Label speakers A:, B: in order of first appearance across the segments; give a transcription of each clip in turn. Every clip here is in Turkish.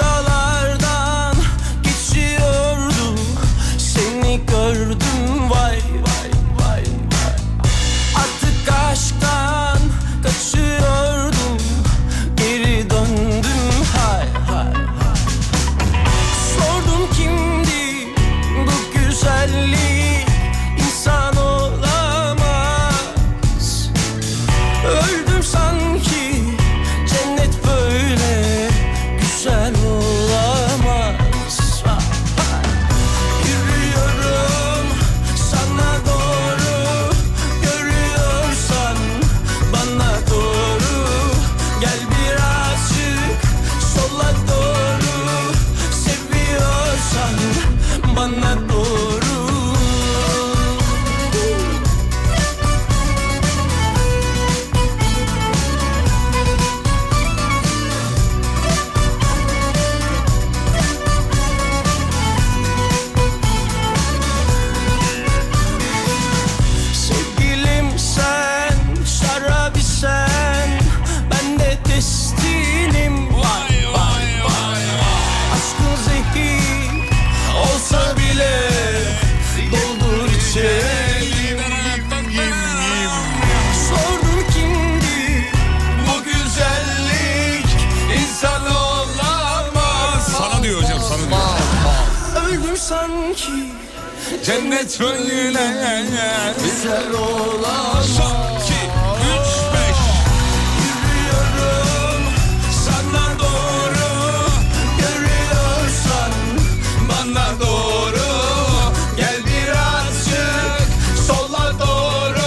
A: Buralardan geçiyordum Seni gördüm vay vay vay vay Artık aşktan kaçıyordum Geri döndüm hay hay hay Sordum kimdi bu güzellik insan olamaz Öldüm sanki cennet böyle güzel olamaz Yürüyorum sana doğru görüyorsan bana doğru Gel birazcık sola doğru seviyorsan bana doğru Sevgilim sen, şarabı sen Ben de destinim Vay vay vay Aşkın zehir olsa bile Doldur içeri Sordum kimdi bu güzellik İnsan olamaz
B: Sana diyor hocam sana diyor.
A: Öldüm sanki
B: Cennet böyle
A: güzel olamaz
B: Son iki, üç, beş.
A: Yürüyorum sana doğru Görüyorsan bana doğru Gel birazcık sola doğru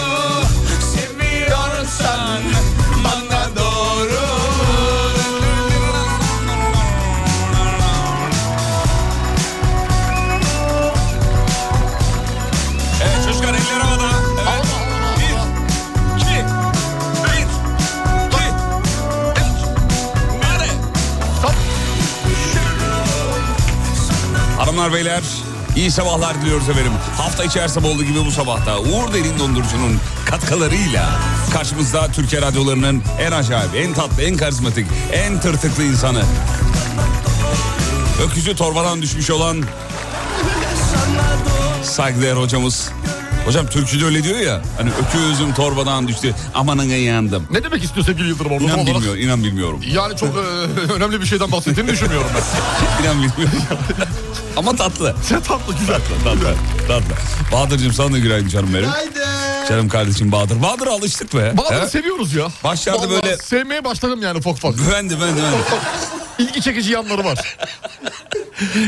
A: Seviyorsan bana doğru
B: Evet çocuklar eller havada. Evet. Bir, iki, bir, iki, üç. Nerede? Stop. Hanımlar beyler iyi sabahlar diliyoruz efendim. Hafta içi her sabah olduğu gibi bu sabahta Uğur Derin Dondurucu'nun katkılarıyla karşımızda Türkiye radyolarının en acayip, en tatlı, en karizmatik, en tırtıklı insanı. Öküzü torbadan düşmüş olan saygıdeğer hocamız. Hocam türküde öyle diyor ya. Hani öküzüm torbadan düştü. Amanın yandım.
C: Ne demek istiyor sevgili Yıldırım orada
B: İnan
C: tam olarak?
B: bilmiyor, inan bilmiyorum.
C: Yani çok e, önemli bir şeyden bahsettiğini düşünmüyorum ben.
B: İnan bilmiyorum. Ama tatlı.
C: Sen tatlı güzel.
B: Tatlı, tatlı. Bahadır'cığım sana da günaydın canım benim. Canım kardeşim Bahadır. Bahadır'ı alıştık be.
C: Bahadır
B: He?
C: seviyoruz ya.
B: Başlarda
C: Vallahi
B: böyle-
C: Sevmeye başladım yani ufak ufak.
B: Güvendi, ben de, ben de.
C: İlgi çekici yanları var.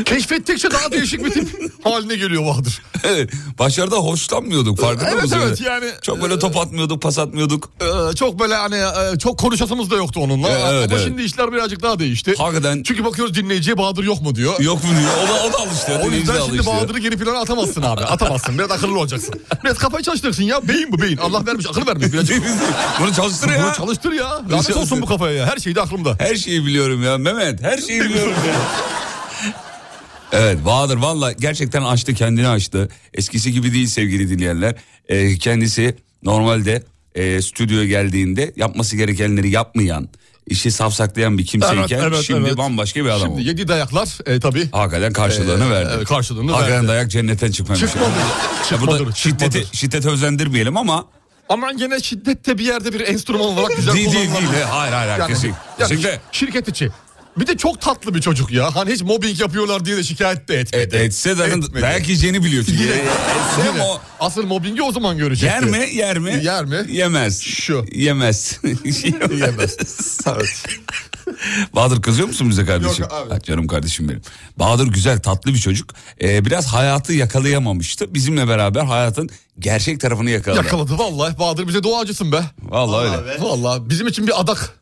C: Keşfettikçe daha değişik bir tip haline geliyor Bahadır.
B: Evet, Başlarda hoşlanmıyorduk farkında
C: Evet,
B: mısın?
C: evet, yani-
B: Çok böyle top atmıyorduk, pas atmıyorduk.
C: Ee, çok böyle hani e, çok konuşasımız da yoktu onunla.
B: E, Evet, evet,
C: Ama
B: evet.
C: şimdi işler birazcık daha değişti.
B: Hakikaten-
C: Çünkü bakıyoruz dinleyiciye Bahadır yok mu diyor.
B: Yok mu diyor. O da, o da alıştı.
C: O
B: dinleyici de
C: yüzden şimdi
B: alıştı.
C: Bahadır'ı geri plana atamazsın abi. Atamazsın. Biraz akıllı olacaksın. Biraz kafayı çalıştırsın ya. Beyin bu beyin. Allah vermiş akıl vermiş. Biraz
B: Bunu çalıştır ya.
C: Bunu çalıştır ya. Lanet olsun bu kafaya ya. Her şey de aklımda.
B: Her şeyi biliyorum ya Mehmet. Her şeyi biliyorum ya. Evet Bahadır valla gerçekten açtı kendini açtı. Eskisi gibi değil sevgili dinleyenler. Ee, kendisi normalde e, stüdyoya geldiğinde yapması gerekenleri yapmayan, işi safsaklayan bir kimseyken
C: Evet, evet,
B: şimdi
C: evet.
B: bambaşka bir adam
C: Şimdi
B: oldu.
C: yedi dayaklar e, tabii.
B: Hakikaten karşılığını
C: Ee,
B: verdi.
C: evet, karşılığını
B: Hakikaten
C: verdi.
B: dayak cennetten çıkmamış.
C: Çıkmadı.
B: Ya
C: Çıkmadı.
B: burada
C: Çıkmadı.
B: şiddeti, şiddete özendirmeyelim ama
C: Ama gene şiddette bir yerde bir enstrüman olarak güzel
B: değil değil
C: kullanılabilir.
B: değil. Hayır hayır hayır.
C: Yani-
B: kesin.
C: yani
B: Kesinlikle.
C: şirket içi. Bir de çok tatlı bir çocuk ya. Hani hiç mobbing yapıyorlar diye de şikayet de etmedi.
B: E, etse zaten
C: Etmedi.
B: dayak yiyeceğini biliyor çünkü.
C: Yine-
B: Etse
C: Yine.
B: o
C: Asıl mobbingi o zaman görecekti.
B: Yer mi? Yer mi?
C: Yer mi?
B: Yemez.
C: Şu.
B: Yemez. Yemez.
C: Yemez. Evet.
B: Bahadır kızıyor musun bize kardeşim?
C: Yok abi.
B: Ha, canım kardeşim benim. Bahadır güzel tatlı bir çocuk. Ee, biraz hayatı yakalayamamıştı. Bizimle beraber hayatın gerçek tarafını yakaladı.
C: Yakaladı vallahi. Bahadır bize duacısın be.
B: Vallahi öyle.
C: Vallahi bizim için bir adak.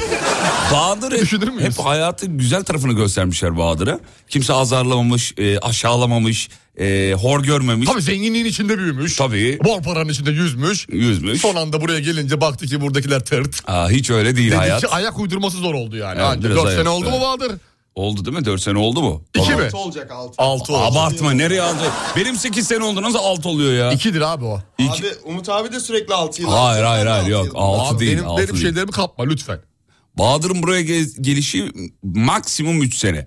B: Bahadır
C: Düşünür
B: hep,
C: müyüz?
B: hep hayatın güzel tarafını göstermişler Bahadır'a. Kimse azarlamamış, e, aşağılamamış, e, hor görmemiş.
C: Tabii zenginliğin içinde büyümüş.
B: Tabii.
C: Bol paranın içinde yüzmüş.
B: Yüzmüş.
C: Son anda buraya gelince baktı ki buradakiler tırt.
B: Aa, hiç öyle değil
C: Dedi
B: hayat.
C: ki ayak uydurması zor oldu yani.
B: Evet,
C: Anca
B: biraz
C: 4
B: ayak-
C: sene oldu mu
B: evet.
C: Bahadır?
B: Oldu değil mi? 4 sene oldu mu?
C: 2 mi?
D: Altı olacak altı.
C: 6 oldu.
B: Abartma nereye aldı? Benim 8 sene oldu nasıl 6 oluyor ya?
C: 2'dir abi o.
D: Abi Umut abi de sürekli altı yıl.
B: Hayır
D: altı
B: hayır
D: yıl,
B: hayır
D: altı
B: yok
D: yıl.
B: 6
C: abi
B: değil.
C: benim,
B: altı
C: benim
B: değil.
C: şeylerimi kapma lütfen.
B: Bahadır'ın buraya gez- gelişi maksimum 3 sene.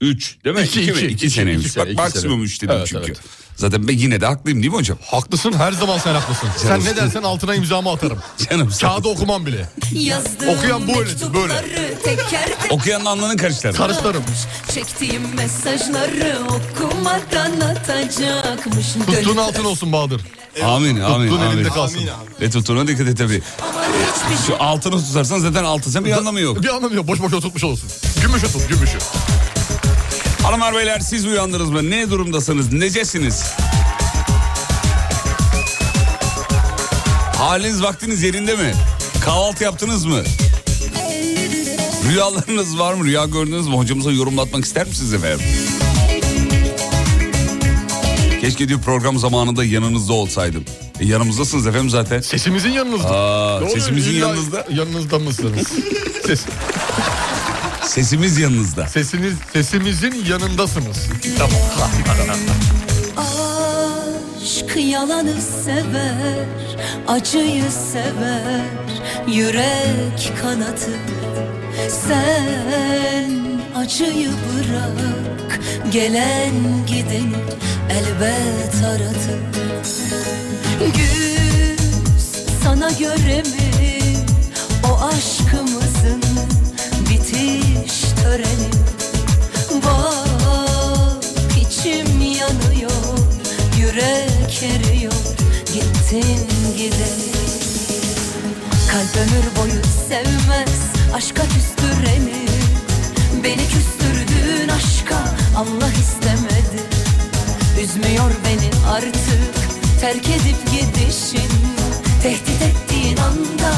B: 3 değil mi?
C: İki,
B: 2
C: iki, iki,
B: 2 seneymiş.
C: iki
B: Bak
C: sene, iki
B: maksimum
C: sene.
B: 3 dedim
C: Evet,
B: çünkü.
C: evet.
B: Zaten ben yine de haklıyım değil mi hocam?
C: Haklısın her zaman sen haklısın. sen ne dersen altına imzamı atarım.
B: Canım sen-
C: Kağıdı okumam bile.
E: Yazdım
C: Okuyan bu öyle, böyle.
E: Teker teker
B: Okuyanın anlamını karıştırdım.
C: Karışlarım.
E: çektiğim mesajları okumadan atacakmış.
C: Tuttuğun
E: Dönüp-
C: altın olsun Bahadır.
B: Amin amin
C: Tuttuğun
B: amin.
C: elinde kalsın.
D: Amin abi.
B: Ve tuttuğuna dikkat et tabii.
E: Ama hiçbir şey
B: Şu altını tutarsan zaten altı sen bir anlamı yok.
C: Bir anlamı yok. Boş boş oturtmuş olsun. Gümüş otur gümüşü.
B: Hanımlar beyler siz uyandınız mı? Ne durumdasınız? Necesiniz? Haliniz vaktiniz yerinde mi? Kahvaltı yaptınız mı? Rüyalarınız var mı? Rüya gördünüz mü? Hocamıza yorumlatmak ister misiniz efendim? Keşke diyor program zamanında yanınızda olsaydım. E, yanımızdasınız efendim zaten.
C: Sesimizin yanınızda.
B: Aa,
C: Ne oluyor?
B: sesimizin
C: İlla
B: yanınızda.
C: Yanınızda mısınız? Ses,
B: Sesimiz yanınızda.
C: sesiniz, sesimizin yanındasınız.
E: Aşk yalanı sever, acıyı sever, yürek kanatıdır. Sen acıyı bırak, gelen gideni elbet aratır. Güz sana göre mi o aşkımızın bitiş töreni? Bak içim yanıyor, yürek eriyor, gittin gidelim. Kalp ömür boyu sevmez, aşka küstüreni. Beni küstürdüğün aşka Allah istemedi. Üzmüyor beni artık terk edip gidişin. Tehdit ettiğin anda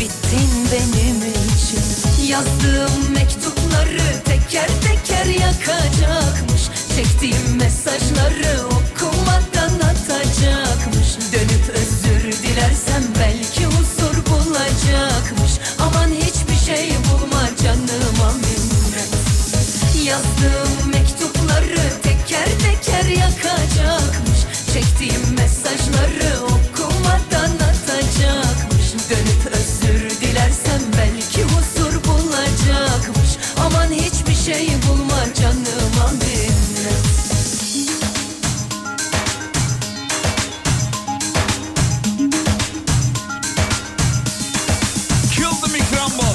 E: bittin benim için. Yazdığım mektupları teker teker yakacakmış. Çektiğim mesajları okumadan atacakmış. Dönüp özür dilersem belki huzur bulacakmış. Aman hiçbir şey bulma canıma minnet. Yazdığım mektupları teker teker yakacakmış Çektiğim mesajları okumadan atacakmış Dönüp özür dilersem belki huzur bulacakmış Aman hiçbir şey bulma canıma minnet
B: Kill the mikrambol.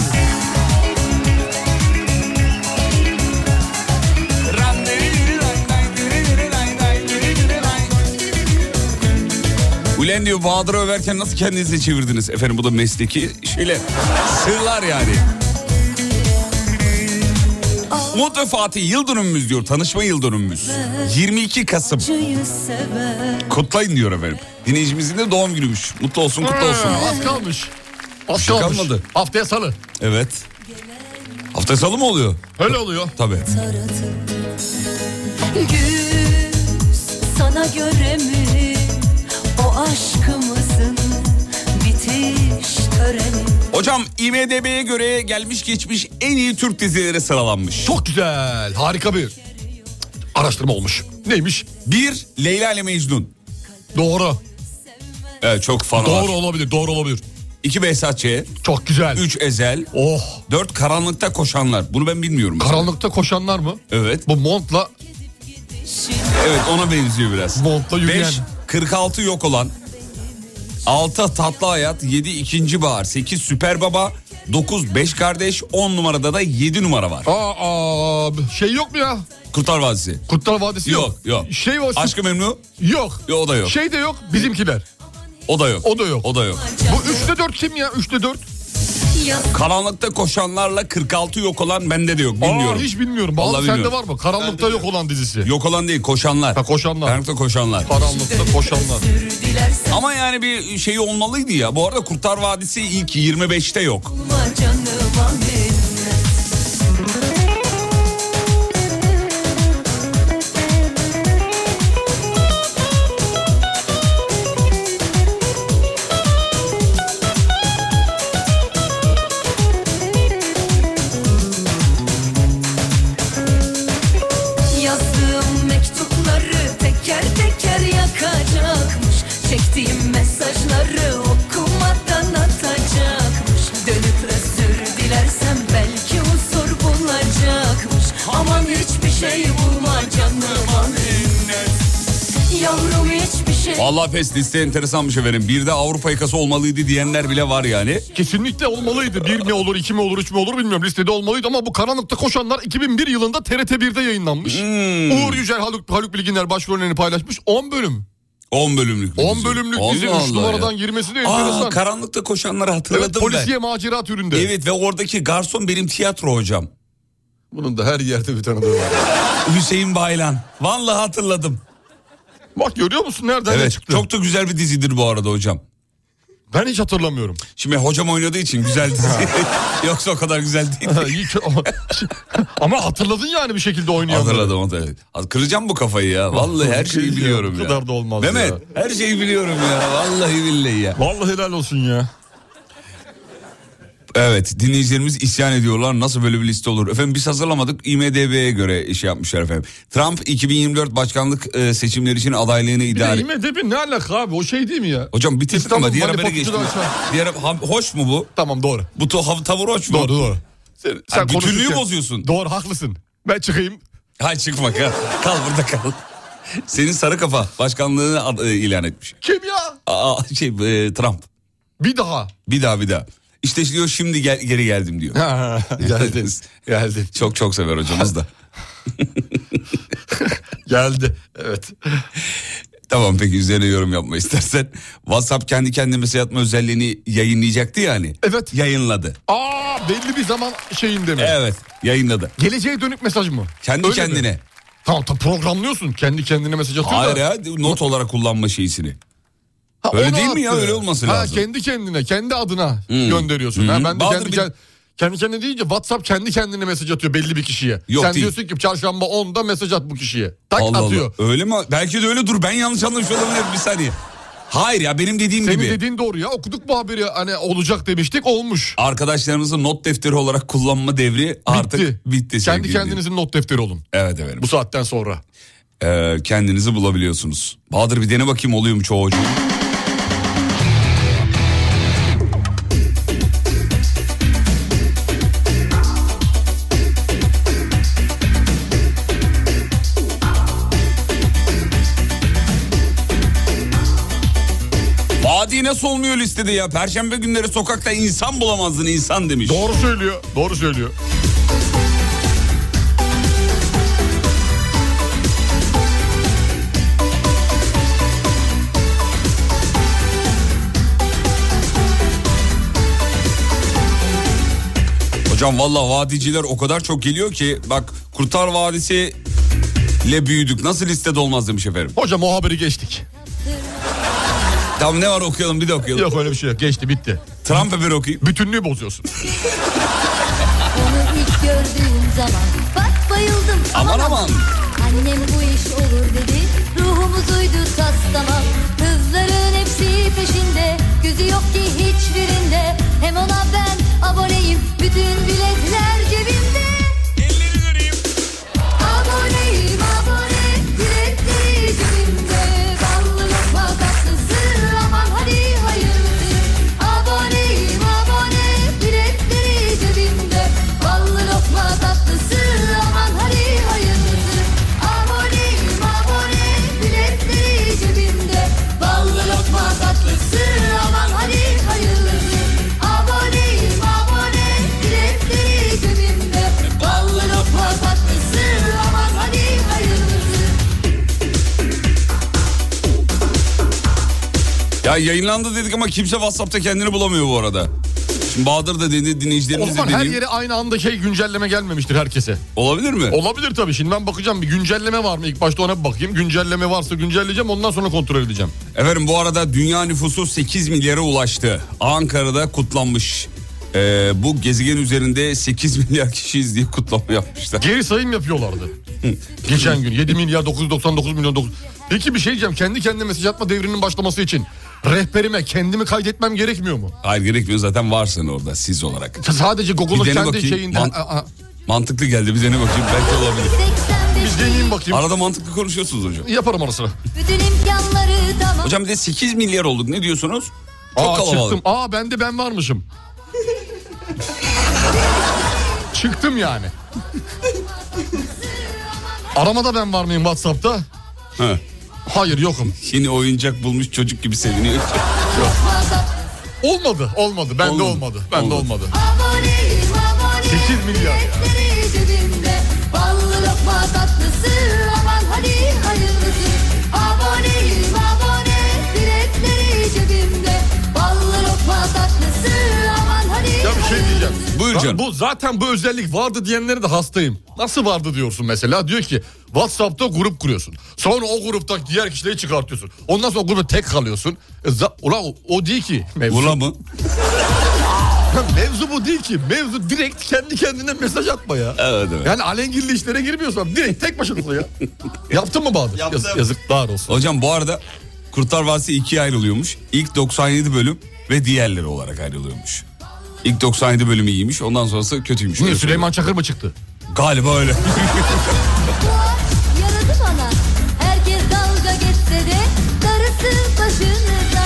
B: Ulen diyor Bahadır'ı överken nasıl kendinizi çevirdiniz? Efendim bu da mesleki şeyler. Sırlar yani. Umut ve Fatih yıl dönümümüz diyor. Tanışma yıl dönümümüz. 22 Kasım.
E: Acıyı sever
B: Kutlayın diyor efendim. Dinleyicimizin de doğum günüymüş. Mutlu olsun kutlu olsun.
C: Az kalmış. Az
B: şey
C: kalmış.
B: kalmadı.
C: Haftaya salı.
B: Evet. Hafta salı mı oluyor?
C: Öyle oluyor.
B: Tabii.
E: taratı Güz sana göre mi o aşkımızın bitiş töreni
B: Hocam IMDB'ye göre gelmiş geçmiş en iyi Türk dizileri sıralanmış.
C: Çok güzel. Harika bir araştırma olmuş. Neymiş?
B: 1. Leyla ile Mecnun.
C: Doğru.
B: Evet çok fan var.
C: Doğru olabilir. Doğru olabilir.
B: 2. Behzat Ç.
C: Çok güzel.
B: 3. Ezel.
C: Oh.
B: 4. Karanlıkta Koşanlar. Bunu ben bilmiyorum. mesela.
C: Karanlıkta koşanlar mı?
B: Evet.
C: Bu montla
B: Evet ona benziyor biraz.
C: Montla yürüyen.
B: 5. 46 Yok Olan. 6. Tatlı Hayat. 7. İkinci Bahar. 8. Süper Baba. 9. 5 Kardeş. 10 numarada da 7 numara var.
C: Aa, aa, şey yok mu ya?
B: Kurtar Vadisi.
C: Kurtlar Vadisi yok.
B: Yok yok.
C: Şey var.
B: Aşkı Memnu.
C: Yok.
B: Yo, o da yok.
C: Şey de yok. Bizimkiler.
B: O da yok.
C: O da yok.
B: O da 4
C: Bu 3'te 4 kim ya? 3'te 4.
E: yaz
B: Karanlıkta koşanlarla 46 yok olan bende de yok
C: Aa,
B: bilmiyorum.
C: hiç bilmiyorum. Bazı
B: Vallahi
C: sende
B: bilmiyorum.
C: var mı? Karanlıkta yok olan dizisi.
B: Yok olan değil koşanlar.
C: Ha, koşanlar.
B: Karanlıkta koşanlar.
C: Karanlıkta koşanlar.
E: sürdüler
B: Ama yani bir şey olmalıydı ya. Bu arada Kurtlar Vadisi ilk 25'te yok.
E: sanma canıma minnet Yazdığım mektupları teker teker yakacakmış Çektiğim mesajları okumadan atacakmış Dönüp özür dilersem belki huzur bulacakmış Aman hiçbir şey bulma canıma minnet Yavrum hiçbir şey
B: Vallahi pes liste enteresanmış efendim. Bir de Avrupa yakası olmalıydı diyenler bile var yani.
C: Kesinlikle olmalıydı. Bir mi olur, iki mi olur, üç mü olur bilmiyorum. Listede olmalıydı ama bu karanlıkta koşanlar 2001 yılında TRT 1'de yayınlanmış.
B: Hmm.
C: Uğur Yücel, Haluk, Haluk Bilginer başrollerini paylaşmış. 10 bölüm.
B: 10 bölümlük. bir
C: 10
B: dizi.
C: bölümlük dizi
B: Allah
C: 3
B: Allah ya.
C: numaradan girmesi de
B: Aa,
C: enteresan.
B: karanlıkta koşanları
C: evet,
B: hatırladım
C: polisiye
B: ben.
C: macera türünde.
B: Evet ve oradaki garson benim tiyatro hocam.
C: Bunun da her yerde bir tanıdığı var.
B: Hüseyin Baylan. Vallahi hatırladım.
C: Bak görüyor musun nereden ne
B: Evet
C: çıktı?
B: çok da güzel bir dizidir bu arada hocam.
C: Ben hiç hatırlamıyorum.
B: Şimdi hocam oynadığı için güzel dizi. Yoksa o kadar güzel değil.
C: İyi ki- Ama hatırladın yani bir şekilde oynayanları.
B: Hatırladım o da. Az- Kıracağım bu kafayı ya. Vallahi her şeyi
C: Kıracağım.
B: biliyorum
C: şey Bu
B: ya.
C: kadar da olmaz
B: Mehmet
C: ya.
B: her şeyi biliyorum ya. Vallahi billahi ya.
C: Vallahi helal olsun ya.
B: Evet dinleyicilerimiz isyan ediyorlar. Nasıl böyle bir liste olur? Efendim biz hazırlamadık. IMDB'ye göre iş yapmışlar efendim. Trump 2024 başkanlık e, seçimleri için adaylığını
C: Bir de
B: idare...
C: IMDB ne alaka abi o şey değil mi ya?
B: Hocam bitirdik
C: İstanbul
B: ama diğer habere geçtim.
C: Manifaturacılar aşağı.
B: Diğer, ha- hoş mu bu?
C: Tamam doğru.
B: Bu to, hav- tavır hoş mu?
C: Doğru doğru. Sen,
B: Ha, bütünlüğü
C: konuşurken-
B: bozuyorsun.
C: Doğru haklısın. Ben çıkayım.
B: Hay çıkma kal. kal burada kal. Senin sarı kafa başkanlığını ad- e, ilan etmiş.
C: Kim ya?
B: Aa, şey e, Trump.
C: Bir daha.
B: Bir daha bir daha. İşte diyor şimdi gel- geri geldim diyor.
C: geldi. geldi.
B: Çok çok sever hocamız da.
C: Geldi. Evet.
B: Tamam peki üzerine yorum yapma istersen. WhatsApp kendi kendine mesaj atma özelliğini yayınlayacaktı yani.
C: Evet.
B: Yayınladı.
C: Aa belli bir zaman şeyinde mi?
B: Evet yayınladı.
C: Geleceğe dönük mesaj mı?
B: Kendi
C: Öyle mi?
B: kendine.
C: Tamam tam programlıyorsun. Kendi kendine mesaj atıyor
B: Hayır
C: da.
B: ya not olarak kullanma şeysini.
C: Ha,
B: Öyle
C: onu
B: değil mi ya? Öyle olması
C: ha,
B: lazım.
C: Kendi kendine, kendi adına gönderiyorsun. Ha, ben de
B: Bahadır
C: kendi,
B: bir-
C: kend- kendi kendine deyince WhatsApp kendi kendine mesaj atıyor belli bir kişiye.
B: Yok,
C: Sen
B: değil.
C: diyorsun ki çarşamba 10'da mesaj at bu kişiye. Tak
B: Allah
C: atıyor.
B: Allah. Öyle mi? Belki de öyle dur ben yanlış anlamış olabilirim bir saniye. Hayır ya benim dediğim
C: Senin
B: gibi.
C: dediğin doğru ya. Okuduk bu haberi hani olacak demiştik olmuş.
B: Arkadaşlarımızın not defteri olarak kullanma devri artık bitti.
C: Kendi
B: sevgili dinleyiciler.
C: kendinizin not defteri olun.
B: Evet efendim.
C: Bu saatten sonra.
B: Ee, kendinizi bulabiliyorsunuz. Bahadır bir dene bakayım oluyor mu çoğu hocam? Vadi nasıl olmuyor listede ya? Perşembe günleri sokakta insan bulamazdın insan demiş.
C: Doğru söylüyor. Doğru söylüyor.
B: Hocam valla vadiciler o kadar çok geliyor ki bak Kurtar Vadisi ile büyüdük. Nasıl listede olmaz demiş efendim.
C: Hocam o haberi geçtik.
B: Tamam ne var okuyalım bir de okuyalım.
C: Yok öyle bir şey yok. Geçti bitti.
B: Trump haberi okuyayım.
C: Bütünlüğü bozuyorsun.
A: Onu ilk gördüğüm zaman Bak bayıldım
B: Aman aman.
A: Annem bu iş olur dedi Ruhumuz uydu taslamam Kızların hepsi peşinde Gözü yok ki hiçbirinde Hem ona ben aboneyim Bütün biletler cebimde Aboneyim abone Biletleri cebimde Ballı lokma tatlısı Aman hadi hayırlısı Aboneyim abone Biletleri cebimde Ballı lokma tatlısı Aman hadi hayırlısı Aboneyim abone Biletleri cebimde Ballı lokma tatlısı Aman hadi hayırlısı Aboneyim abone Biletleri cebimde Ballı lokma tatlısı Aman hadi hayırlısı
B: Ya yayınlandı dedik ama kimse Whatsapp'ta kendini bulamıyor bu arada. Şimdi Bahadır da dedi
C: O
B: dinleyicilerimiz de
C: zaman her
B: dedi.
C: yere aynı anda şey güncelleme gelmemiştir herkese.
B: Olabilir mi?
C: Olabilir tabii. Şimdi ben bakacağım bir güncelleme var mı? İlk başta ona bir bakayım. Güncelleme varsa güncelleyeceğim. Ondan sonra kontrol edeceğim.
B: Efendim bu arada dünya nüfusu 8 milyara ulaştı. Ankara'da kutlanmış. Ee, bu gezegen üzerinde 8 milyar kişiyiz diye kutlama yapmışlar.
C: Geri sayım yapıyorlardı. Geçen gün 7 milyar 999 milyon 9. Peki bir şey diyeceğim. Kendi kendine mesaj atma devrinin başlaması için rehberime kendimi kaydetmem gerekmiyor mu?
B: Hayır gerekmiyor zaten varsın orada siz olarak.
C: Sadece Google'un
B: Bir dene
C: kendi
B: bakayım.
C: şeyinde...
B: Man-
C: Aa, aa.
B: Mantıklı geldi bir dene bakayım belki olabilir.
A: 85
C: Biz deneyeyim bakayım.
B: Arada mantıklı konuşuyorsunuz hocam.
C: Yaparım ara sıra.
A: bütün imkanları tamam.
B: Hocam bir de 8 milyar olduk ne diyorsunuz? Çok
C: Aa,
B: kalabalık.
C: çıktım. Aa bende ben varmışım. çıktım yani. Aramada ben var mıyım Whatsapp'ta?
B: He.
C: Hayır yokum.
B: Yine oyuncak bulmuş çocuk gibi seviniyor.
C: Olmadı, olmadı. Bende
B: Olmadı.
C: olmadı. Bende olmadı.
A: Aboneyim abone.
C: 8 milyar ya.
A: Ekmeği cebimde. Ballı lokma tatlısı. Aman hadi hayırlısı. Aboneyim abone. Biletleri cebimde. Ballı lokma tatlısı. Aman hadi
C: Ya bir şey diyeceğim.
B: Buyur
C: Ya
B: canım.
C: Bu zaten bu özellik vardı diyenlere de hastayım. Nasıl vardı diyorsun mesela? Diyor ki WhatsApp'ta grup kuruyorsun. Sonra o gruptaki diğer kişileri çıkartıyorsun. Ondan sonra grupta tek kalıyorsun. E, za- ulan o, o değil ki mevzu.
B: Ula mı?
C: Mevzu bu değil ki. Mevzu direkt kendi kendine mesaj atma ya.
B: Evet, evet.
C: Yani alengirli işlere girmiyorsan direkt tek başınasın ya. Yaptın mı Bahadır?
D: Yaptım.
C: Yaz- yazıklar olsun.
B: Hocam bu arada Kurtlar Vadisi ikiye ayrılıyormuş. İlk 97 bölüm ve diğerleri olarak ayrılıyormuş. İlk 97 bölümü iyiymiş ondan sonrası kötüymüş.
C: Niye Süleyman Çakır mı çıktı?
B: Galiba öyle.
A: Yaradı bana. Herkes dalga geçse de darısı başınıza.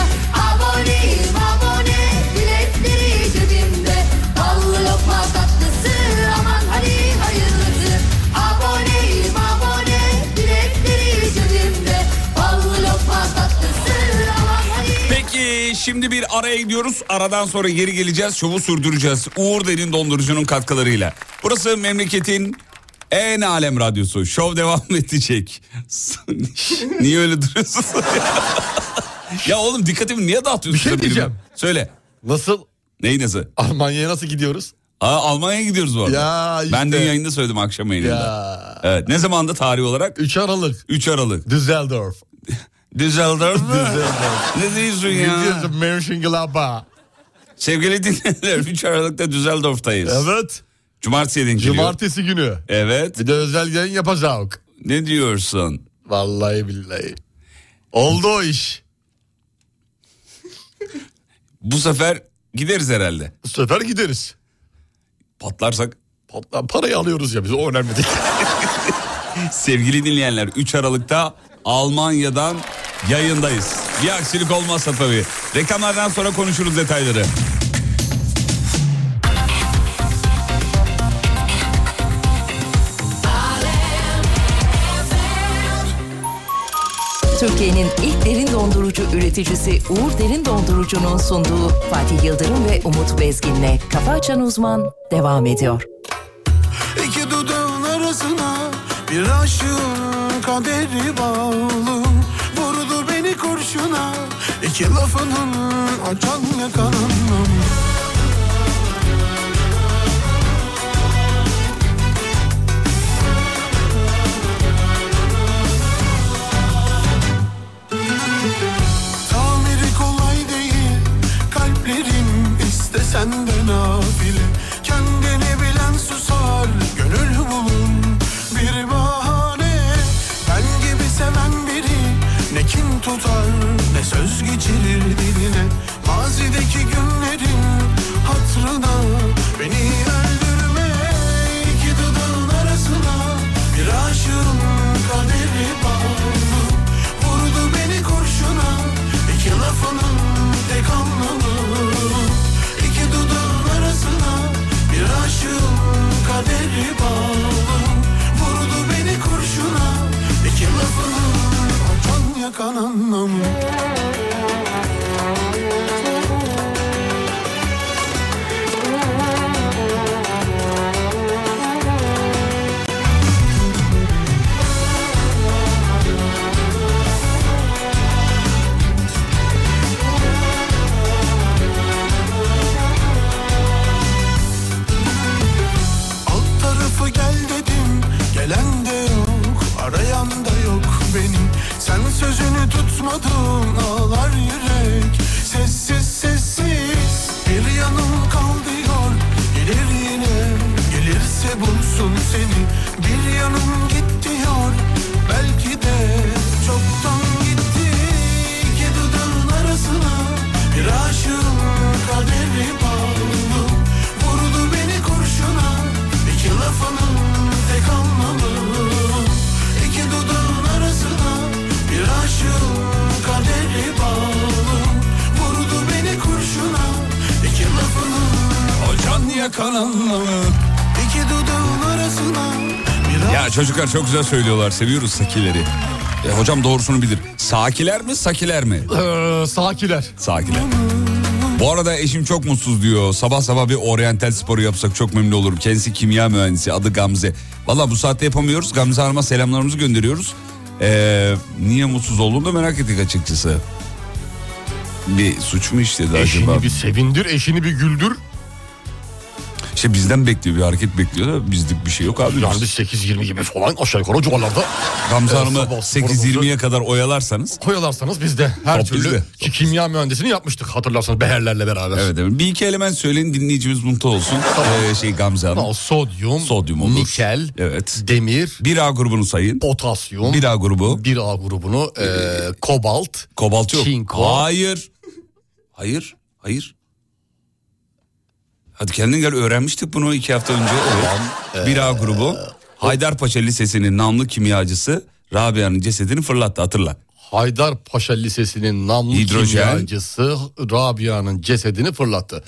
A: Aboneyim abone. Biletleri cebimde. Ballı lokma tatlısı. Aman hadi hayırlısı. Aboneyim abone. Biletleri cebimde. Ballı lokma tatlısı. Aman hani hadi.
B: Peki şimdi bir araya gidiyoruz. Aradan sonra geri geleceğiz. Şovu sürdüreceğiz. Uğur Derin Dondurucu'nun katkılarıyla. Burası memleketin en alem radyosu. Şov devam edecek. niye öyle duruyorsun? ya oğlum dikkatimi niye dağıtıyorsun?
C: Bir şey
B: birbirine?
C: diyeceğim.
B: Söyle.
C: Nasıl?
B: Neyi nasıl?
C: Almanya'ya nasıl gidiyoruz?
B: Aa, Almanya'ya gidiyoruz bu arada.
C: Ya işte.
B: Ben dün yayında söyledim akşam yayınında.
C: Ya.
B: Evet, ne zamanda tarih olarak?
C: 3 Aralık.
B: 3 Aralık.
C: Düsseldorf.
B: Düsseldorf mu? ne diyorsun ya?
C: Gidiyorsun Mönchengladbach.
B: Sevgili dinleyenler 3 Aralık'ta Düsseldorf'tayız.
C: Evet.
B: Cumartesiye denk geliyor.
C: Cumartesi günü.
B: Evet.
C: Bir de özel yayın yapacağız.
B: Ne diyorsun?
C: Vallahi billahi. Oldu o iş.
B: Bu sefer gideriz herhalde.
C: Bu sefer gideriz.
B: Patlarsak.
C: Patla, parayı alıyoruz ya biz o önemli değil.
B: Sevgili dinleyenler 3 Aralık'ta Almanya'dan yayındayız. Bir aksilik olmazsa tabii. Reklamlardan sonra konuşuruz detayları.
F: Türkiye'nin ilk derin dondurucu üreticisi Uğur Derin Dondurucu'nun sunduğu Fatih Yıldırım ve Umut Bezgin'le Kafa Açan Uzman devam ediyor.
G: İki dudağın arasına bir aşığın kaderi bağlı Vurdu beni kurşuna iki lafının açan yakalandım Tamiri kolay değil Kalplerim istesen de nafile Kendini bilen susar Gönül bulun bir bahane Ben gibi seven biri Ne kin tutar ne söz geçirir diline Mazideki günlerin hatırına Beni öldürme iki dudağın arasına Bir aşığın kaderi bağlı Vurdu beni kurşuna iki lafının tek anlamı İki dudağın arasına Bir aşığın kaderi bağlı Vurdu beni kurşuna iki lafının o can yakan anlamı benim Sen sözünü tutmadın ağlar yürek Sessiz sessiz bir yanım kal diyor Gelir yine gelirse bulsun seni Bir yanım git diyor belki de çoktan gitti İki dudağın arasına bir aşığım kaderi bağlı Vurdu beni kurşuna iki lafının tek anlamı İki dudağın arasına bir aşığım kaderi bağlı Vurdu beni kurşuna iki lafının o can yakan anlamı İki dudağın arasına bir
B: Ya çocuklar çok güzel söylüyorlar. Seviyoruz sakileri. E, hocam doğrusunu bilir. Sakiler mi sakiler mi?
C: Ee, sakiler.
B: Sakiler. Bu arada eşim çok mutsuz diyor. Sabah sabah bir oryantal sporu yapsak çok memnun olurum. Kendisi kimya mühendisi adı Gamze. Valla bu saatte yapamıyoruz. Gamze Hanım'a selamlarımızı gönderiyoruz. Ee, niye mutsuz olduğunu da merak ettik açıkçası. Bir suç mu işledi acaba?
C: Eşini bir sevindir, eşini bir güldür.
B: İşte bizden bekliyor bir hareket bekliyor da bizlik bir şey yok abi.
C: Yani 8-20 gibi falan aşağı yukarı o Şey, civarlarda.
B: Gamze
C: Ee,
B: Hanım'ı
C: sabah sporumuzu
B: 8-20'ye kadar oyalarsanız.
C: Koyalarsanız biz de her
B: Top
C: türlü
B: bizde.
C: ki kimya mühendisini yapmıştık hatırlarsanız beherlerle beraber.
B: Evet, evet. Bir iki element söyleyin dinleyicimiz mutlu olsun. Ee, şey Gamze Hanım.
C: Ama sodyum,
B: Sodyum olur.
C: nikel,
B: Evet.
C: demir,
B: Bir A grubunu sayın.
C: potasyum,
B: Bir A grubu.
C: bir A grubunu, ee, kobalt,
B: Kobalt yok.
C: Çinko.
B: Hayır. Hayır. Hayır. Hadi kendin gel öğrenmiştik bunu iki hafta önce.
C: Ee,
B: Evet. Bir A grubu. Haydarpaşa Lisesi'nin namlı kimyacısı Rabia'nın cesedini fırlattı hatırla.
C: Haydarpaşa Lisesi'nin namlı
B: Hidrojen.
C: kimyacısı Rabia'nın cesedini fırlattı.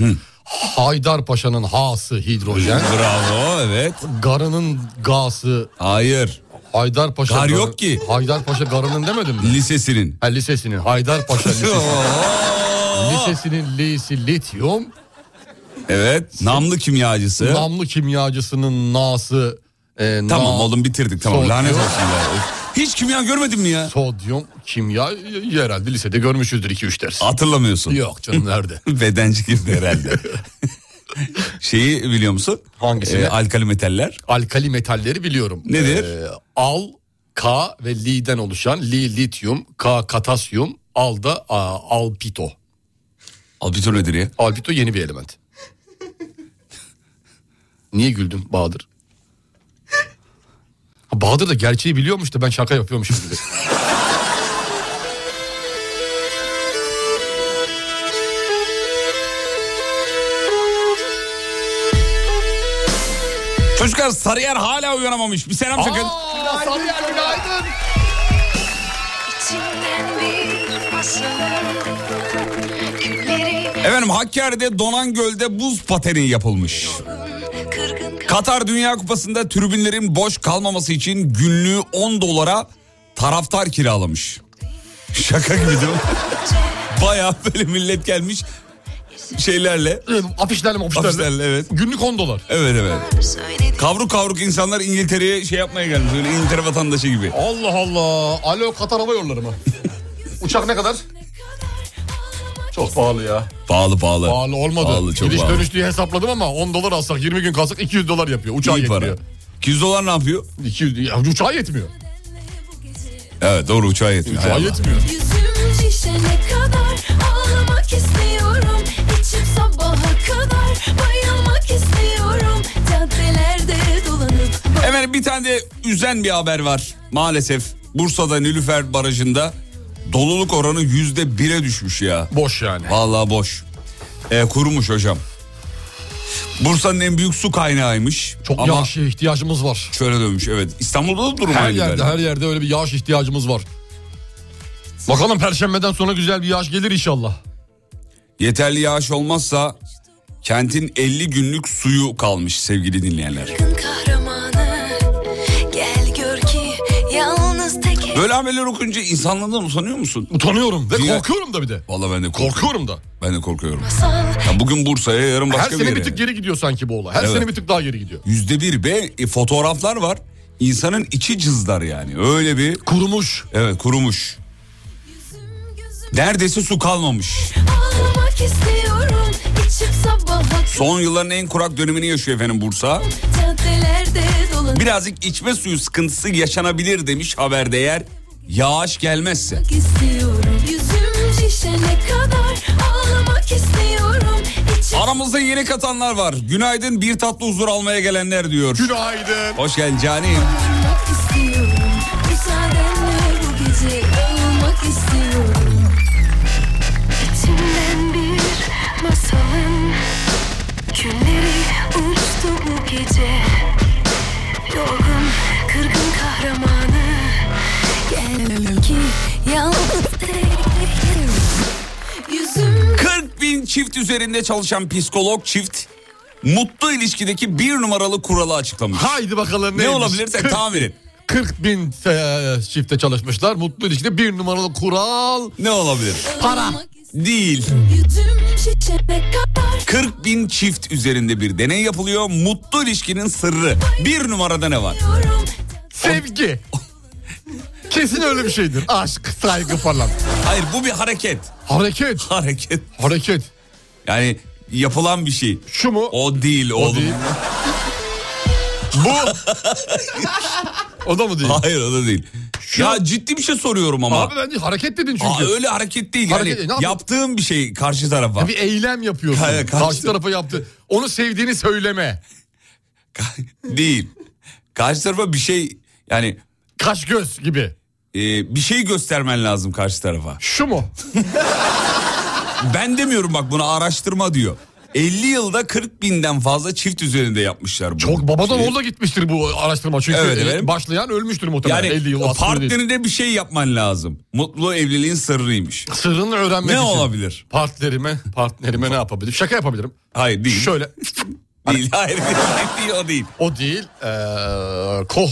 C: Haydarpaşa'nın H'sı hidrojen,
B: Bravo evet.
C: Garı'nın G'sı
B: Hayır.
C: Haydarpaşa.
B: Gar yok ki.
C: Haydarpaşa Garı'nın demedim mi?
B: Lisesinin.
C: ha, lisesinin, Haydarpaşa Lisesi. Lisesinin L'si lityum,
B: Evet. Namlı kimyacısı.
C: namlı kimyacısının N'sı e,
B: tamam
C: na-
B: oğlum bitirdik tamam.
C: Sodyum.
B: Lanet olsun ya. Hiç kimya görmedin mi ya?
C: Sodyum, kimya y- herhalde lisede görmüşüzdür 2-3 ders.
B: Hatırlamıyorsun.
C: Yok canım nerede?
B: Bedenci gibi herhalde. Şeyi biliyor musun?
C: Hangisini?
B: Ee, alkali metaller.
C: Alkali metalleri biliyorum.
B: Nedir?
C: Ee, al, K ve Li'den oluşan Li lityum, K katasyum, Al da a, alpito.
B: Alpiton nedir ya?
C: Alpito yeni bir element. Niye güldün Bahadır? Ha, Bahadır da gerçeği biliyormuş da ben şaka yapıyormuşum gibi.
B: Çocuklar Sarıyer hala uyanamamış. Bir selam çakın.
E: İçimden bir basılır Külleri
B: Efendim Hakkari'de Donan Göl'de buz pateni yapılmış.
E: kırgın
B: Katar Dünya Kupası'nda tribünlerin boş kalmaması için günlüğü 10 dolara taraftar kiralamış. Şaka gibi değil mi? Baya böyle millet gelmiş şeylerle.
C: afişlerle mi afişlerle?
B: Afişlerle, evet.
C: Günlük 10 dolar.
B: Evet evet.
E: söyledi
B: Kavruk kavruk insanlar İngiltere'ye şey yapmaya gelmiş. Öyle İngiltere vatandaşı gibi.
C: Allah Allah. Alo Katar Hava Yolları mı? Uçak ne kadar? Çok pahalı ya.
B: Pahalı pahalı.
C: Pahalı olmadı.
B: Pahalı çok
C: Gidiş
B: pahalı.
C: dönüş diye hesapladım ama 10 dolar alsak 20 gün kalsak 200 dolar yapıyor. Uçağa
B: İyi para.
C: yetmiyor.
B: 200 dolar ne yapıyor?
C: 200, ya uçağa yetmiyor.
B: Evet doğru uçağa yetmiyor.
C: Uçağa
B: Hay Allah.
C: yetmiyor.
E: Yüzüm şişene kadar ağlamak istiyorum İçip sabaha kadar bayılmak istiyorum Caddelerde dolanıp
B: Hemen bir tane de üzen bir haber var. Maalesef Bursa'da Nilüfer Barajı'nda doluluk oranı yüzde bire düşmüş ya.
C: Boş yani.
B: Vallahi boş. Ee, kurumuş hocam. Bursa'nın en büyük su kaynağıymış.
C: Çok
B: Ama
C: yağış ihtiyacımız var.
B: şöyle dönmüş evet. İstanbul'da da durum
C: Her
B: aynı
C: yerde
B: galiba.
C: her yerde öyle bir yağış ihtiyacımız var. Bakalım perşembeden sonra güzel bir yağış gelir inşallah.
B: Yeterli yağış olmazsa kentin 50 günlük suyu kalmış sevgili dinleyenler.
E: Yakın kahramanı Gel gör ki yalnız tek
B: Böyle haberler okunca insanlardan usanıyor musun?
C: Utanıyorum ve
B: Niye?
C: korkuyorum da bir de.
B: Vallahi ben de korkuyorum.
C: Korkuyorum da.
B: Ben de korkuyorum.
E: masal
B: Ya bugün Bursa'ya yarın başka
C: Her
B: bir
C: sene
B: yere.
C: bir tık geri gidiyor sanki bu olay. Her
B: Evet.
C: sene bir tık daha geri gidiyor.
B: Yüzde bir ve e, fotoğraflar var. İnsanın içi cızlar yani. Öyle bir
C: Kurumuş.
B: evet kurumuş. Neredeyse su kalmamış.
E: Ağlamak istiyorum içip sabaha
B: Son yılların en kurak dönemini yaşıyor efendim Bursa.
E: Caddelerde dolanıp
B: Birazcık içme suyu sıkıntısı yaşanabilir demiş haberde yer yağış gelmezse.
E: istiyorum Yüzüm şişene kadar ağlamak istiyorum İçim
B: Aramızda yeni katanlar var. Günaydın bir tatlı huzur almaya gelenler diyor.
C: Günaydın.
B: Hoş geldin Cani.
E: olmak istiyorum Müsaadenle bu gece olmak istiyorum İçimden bir masalın Külleri uçtu bu gece Yorgun kırgın kahramanı Gel ki yalnız tek Yüzüm
B: 40 bin çift üzerinde çalışan psikolog çift mutlu ilişkideki bir numaralı kuralı açıklamış.
C: Haydi bakalım
B: ne
C: neymiş?
B: olabilir sen
C: 40
B: tahmin et.
C: 40 bin e, çifte çalışmışlar. Mutlu ilişkide bir numaralı kural.
B: Ne olabilir?
E: Para.
B: Değil.
E: Yüzüm şişene kadar
B: 40 bin çift üzerinde bir deney yapılıyor. Mutlu ilişkinin sırrı. Bir numarada ne var?
E: yorum.
C: Sevgi. Kesin öyle bir şeydir. Aşk, saygı falan.
B: Hayır bu bir hareket.
C: Hareket.
B: Hareket.
C: Hareket.
B: Yani yapılan bir şey.
C: Şu mu?
B: O değil
C: O
B: oğlum.
C: değil. Bu. o da mı değil?
B: Hayır o da değil. Ya ciddi bir şey soruyorum ama.
C: Abi ben de hareket dedin
B: Aa,
C: çünkü.
B: öyle hareket değil.
C: Hareket
B: yani
C: değil, ne yapayım?
B: yaptığım bir şey karşı tarafa.
C: Bir eylem yapıyorsun.
B: Hayır,
C: karşı,
B: karşı-
C: tarafa yaptı. Onu sevdiğini söyleme.
B: değil. Karşı tarafa bir şey yani
C: Kaş göz gibi.
B: e, bir şey göstermen lazım karşı tarafa.
C: Şu mu?
B: Ben demiyorum bak buna araştırma diyor. 50 yılda 40 binden fazla çift üzerinde yapmışlar bunu.
C: Çok babadan
B: Şey-
C: oğula gitmiştir bu araştırma. Çünkü e,
B: Evet, evet.
C: başlayan ölmüştür muhtemelen.
B: Yani
C: 50 yıl aslında değil.
B: partnerine bir şey yapman lazım. Mutlu evliliğin sırrıymış.
C: Sırrını öğrenmek
B: Ne
C: için.
B: olabilir?
C: Partnerime, partnerime ne yapabilirim? Şaka yapabilirim.
B: Hayır değil.
C: Şöyle.
B: Değil, hayır değil, değil, o değil.
C: O değil. Ee, koh.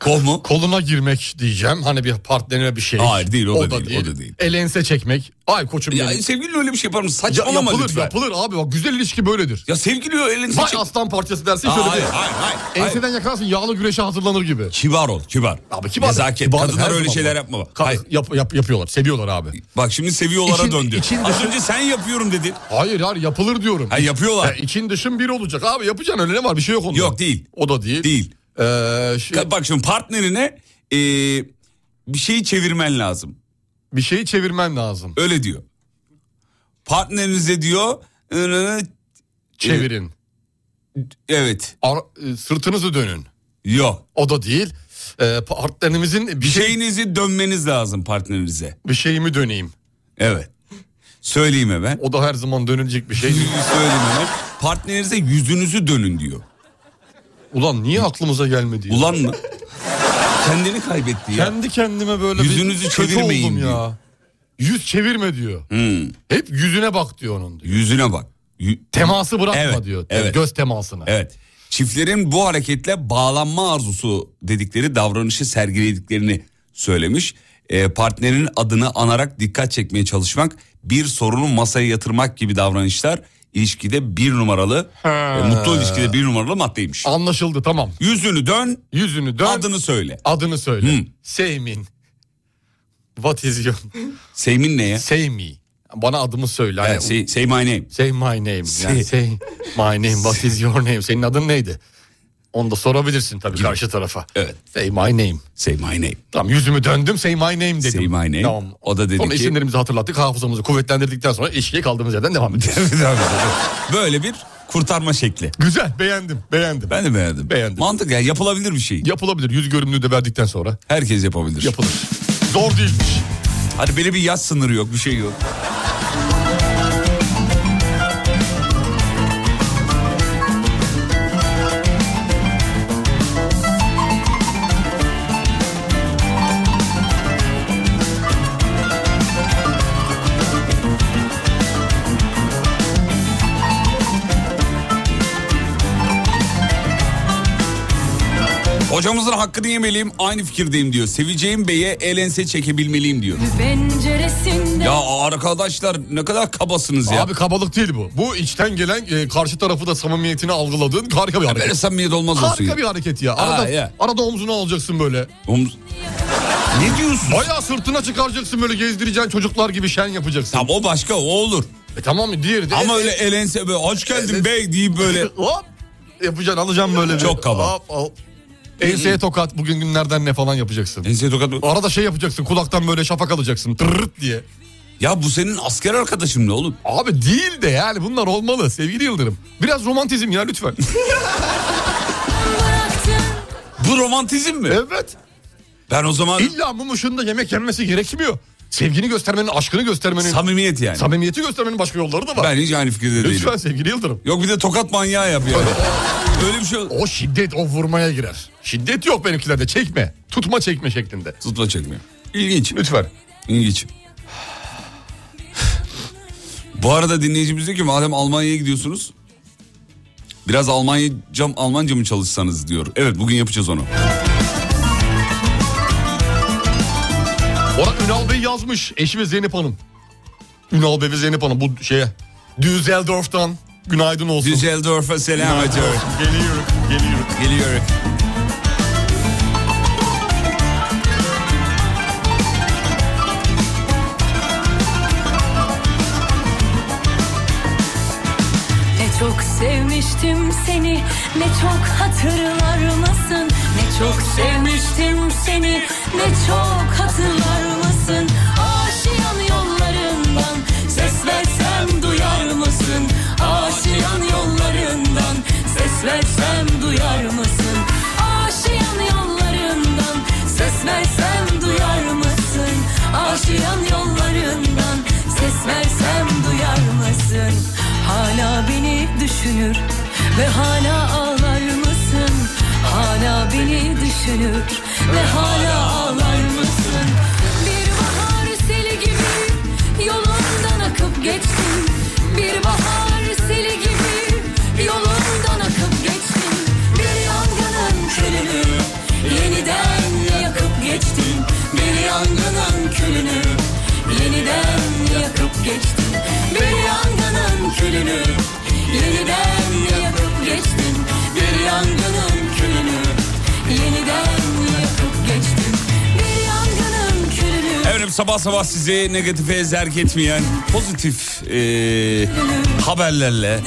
B: Kol mu?
C: Koluna girmek diyeceğim. Hani bir partnerine bir şey.
B: Hayır, değil, o da değil, o da değil.
C: El ense çekmek. Ay koçum
B: Ya
C: benim.
B: sevgilin öyle bir şey yapar mı?
C: Ya,
B: Saçmalama
C: yapılır
B: lütfen.
C: yapılır abi. Bak, güzel ilişki böyledir.
B: Ya sevgili elini
C: Vay
B: seçip...
C: aslan parçası dersin şöyle
B: Hayır, hayır,
C: bir.
B: hayır. hayır.
C: Enseden yakalarsın yağlı güreşe hazırlanır gibi.
B: Kibar ol, kibar.
C: Abi kibar.
B: Nezaket.
C: Kibar, her
B: Kadınlar öyle
C: zaman
B: şeyler
C: var.
B: yapma bak.
C: Ka-
B: Hayır.
C: Yap, yap, yapıyorlar. Seviyorlar abi.
B: Bak şimdi seviyorlara
C: İçin-
B: döndü.
C: için
B: Az
C: dışı-
B: önce sen yapıyorum dedin.
C: Hayır hayır yapılır diyorum.
B: Ha yapıyorlar.
C: Ya, için dışın bir olacak abi yapacaksın öyle ne var bir şey yok onda.
B: Yok, değil.
C: O da değil.
B: Değil.
C: Ee, şey-
B: Ka- Bak şimdi partnerine e, bir şeyi çevirmen lazım.
C: bir şeyi çevirmen lazım.
B: Öyle diyor. Partnerinize diyor "Ee,
C: Çevirin.
B: E, evet
C: Ar- e, sırtınızı dönün.
B: yok.
C: O da değil. Ee, partnerimizin bir
B: Bir
C: şey
B: şeyinizi dönmeniz lazım partnerinize.
C: bir şeyimi döneyim.
B: Evet. Söyleyeyim hemen.
C: O da her zaman dönülecek bir şey. değil.
B: Yüzünüzü söyleyeyim hemen. Partnerinize yüzünüzü dönün diyor.
C: Ulan niye aklımıza gelmedi ya?
B: Ulan mı? Kendini kaybetti ya.
C: Kendi kendime böyle
B: Yüzünüzü
C: bir kötü
B: çevirmeyin
C: oldum
B: diyor.
C: ya. Yüz çevirme diyor.
B: Hmm.
C: Hep yüzüne bak diyor onun diyor.
B: Yüzüne bak. Yü-
C: Teması bırakma
B: Evet,
C: diyor.
B: evet.
C: Göz temasına.
B: Evet. Çiftlerin bu hareketle bağlanma arzusu dedikleri davranışı sergilediklerini söylemiş. Ee, partnerin adını anarak dikkat çekmeye çalışmak, bir sorunu masaya yatırmak gibi davranışlar ilişkide bir numaralı, e, mutlu ilişkide bir numaralı maddeymiş.
C: Anlaşıldı tamam.
B: Yüzünü dön,
C: Yüzünü dön. Adını,
B: adını söyle.
C: söyle.
B: Hı.
C: Seymin. What is your...
B: Seymin ne ya?
C: Say me. Bana adımı söyle. Hani-
B: Evet, say, say my name.
C: Say my name.
B: Say-
C: Yani say my name. What is your name? Senin adın neydi? Onu da sorabilirsin tabii karşı tarafa.
B: Evet.
C: Say my name.
B: Say my name.
C: Tamam yüzümü döndüm say my name dedim.
B: Say my name.
C: Tamam.
B: O da dedi
C: Sonra
B: ki-
C: isimlerimizi hatırlattık hafızamızı kuvvetlendirdikten sonra ilişkiye kaldığımız yerden devam edeceğiz.
B: Böyle bir kurtarma şekli.
C: Güzel beğendim beğendim.
B: Ben de beğendim.
C: Beğendim.
B: Mantık yani yapılabilir bir şey.
C: Yapılabilir yüz görünümlüğü de verdikten sonra
B: Herkes yapabilir.
C: yapılır. Zor değilmiş.
B: Hadi böyle bir yaş sınırı yok, bir şey yok. Hocamızın hakkını yemeliyim, aynı fikirdeyim diyor. Seveceğim beye el ense çekebilmeliyim diyor.
E: Penceresinde
B: Ya arkadaşlar ne kadar kabasınız ya.
C: Abi kabalık değil bu. Bu içten gelen e, karşı tarafı da samimiyetini algıladığın harika bir
B: Böyle
C: hareket.
B: samimiyet olmaz olsun. ya.
C: Harika bir hareket ya. Arada,
B: Aa, ya.
C: arada omzunu alacaksın böyle.
B: Omuz- Ne diyorsun?
C: Bayağı sırtına çıkaracaksın böyle gezdireceksin çocuklar gibi şen yapacaksın.
B: Tamam o başka o olur.
C: E, tamam mı? Diğeri de...
B: Ama öyle el ense böyle hoş geldin
C: Evet.
B: bey deyip böyle
C: Hop. Yapacaksın alacaksın böyle bir.
B: Çok kaba.
C: Hop, hop. Enseye tokat bugün günlerden ne falan yapacaksın.
B: Ense tokat mı?
C: Arada şey yapacaksın kulaktan böyle şafak alacaksın tırırt diye.
B: Ya bu senin asker arkadaşın ne oğlum?
C: Abi değil de yani bunlar olmalı sevgili Yıldırım. Biraz romantizm ya lütfen.
B: Bu romantizm mi?
C: evet.
B: Ben o zaman
C: İlla mum ışığında yemek yenmesi gerekmiyor. Sevgini göstermenin, aşkını göstermenin,
B: samimiyet yani.
C: samimiyeti göstermenin başka yolları da var.
B: Ben hiç aynı fikirde değilim.
C: Lütfen sevgili Yıldırım.
B: Yok bir de tokat manyağı yap ya. Öyle bir şey ol-
C: O şiddet, o vurmaya girer. Şiddet yok benimkilerde, çekme. Tutma çekme şeklinde.
B: Tutla çekmiyor. İlginç.
C: Lütfen.
B: İlginç. Bu arada dinleyicimiz diyor ki madem Almanya'ya gidiyorsunuz biraz Almanca, Almanca mı çalışsanız diyor. Evet bugün yapacağız onu.
C: Ona Ünal Bey yazmış, eşi ve Zeynep Hanım. Ünal Bey ve Zeynep Hanım bu şeye, Düsseldorf'tan günaydın olsun.
B: Düsseldorf'a selam ediyorum.
C: Geliyorum, geliyorum.
B: Geliyorum.
H: Ne çok sevmiştim seni Ne çok hatırlar mısın Ne çok sevmiştim seni Ne çok hatırlar mısın Aşiyan yollarından Ses versem duyar mısın Aşiyan yollarından Ses versem duyar mısın Aşiyan yollarından Ses versem duyar mısın Aşiyan yollarından Ses versem duyar mısın Hala beni düşünür ve hala ağlar mısın? Hala beni düşünür ve hala ağlar mısın? Bir bahar seli gibi yolundan akıp geçtim. Bir bahar seli gibi yolundan akıp geçtim. Bir yangının külünü yeniden yakıp geçtim. Bir yangının külünü yeniden yakıp geçtim. Bir yangının külünü yeniden yakıp geçtim. Bir yangının külünü yeniden yakıp geçtim. Bir yangının külünü
B: Efendim sabah sabah sizi negatife zerk etmeyen pozitif eee, haberlerle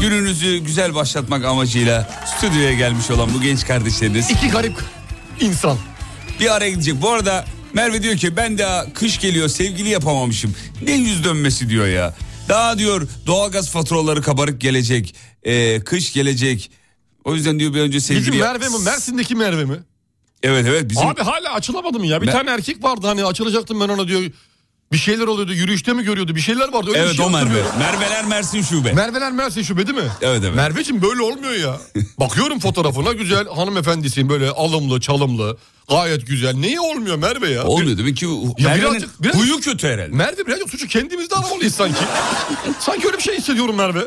B: gününüzü güzel başlatmak amacıyla stüdyoya gelmiş olan bu genç kardeşleriniz
C: İki garip insan.
B: bir araya gidecek. Bu arada Merve diyor ki ben daha kış geliyor sevgili yapamamışım. Ne yüz dönmesi diyor ya. Daha diyor doğalgaz faturaları kabarık gelecek. Eee, kış gelecek. O yüzden diyor bir önce sevgili...
C: Bizim Merve mi? Mersin'deki Merve mi?
B: Evet evet bizim...
C: Abi hala açılamadı mı ya? Bir
B: Ben-
C: tane erkek vardı hani açılacaktım ben ona diyor. Bir şeyler oluyordu. Yürüyüşte mi görüyordu? Bir şeyler vardı. Öyle bir
B: evet
C: şey
B: o Merve.
C: hatırlıyorum.
B: Merveler Mersin Şube.
C: Merveler Mersin şube değil mi?
B: Evet, evet.
C: Merveciğim böyle olmuyor ya. Bakıyorum fotoğrafına güzel hanımefendisin böyle alımlı çalımlı gayet güzel. Niye olmuyor Merve ya?
B: Olmuyor değil mi ki? Merve'nin
C: birazcık- biraz-
B: huyu kötü herhalde.
C: Merve birazcık suçu kendimizde aramalıyız sanki. sanki öyle bir şey hissediyorum Merve.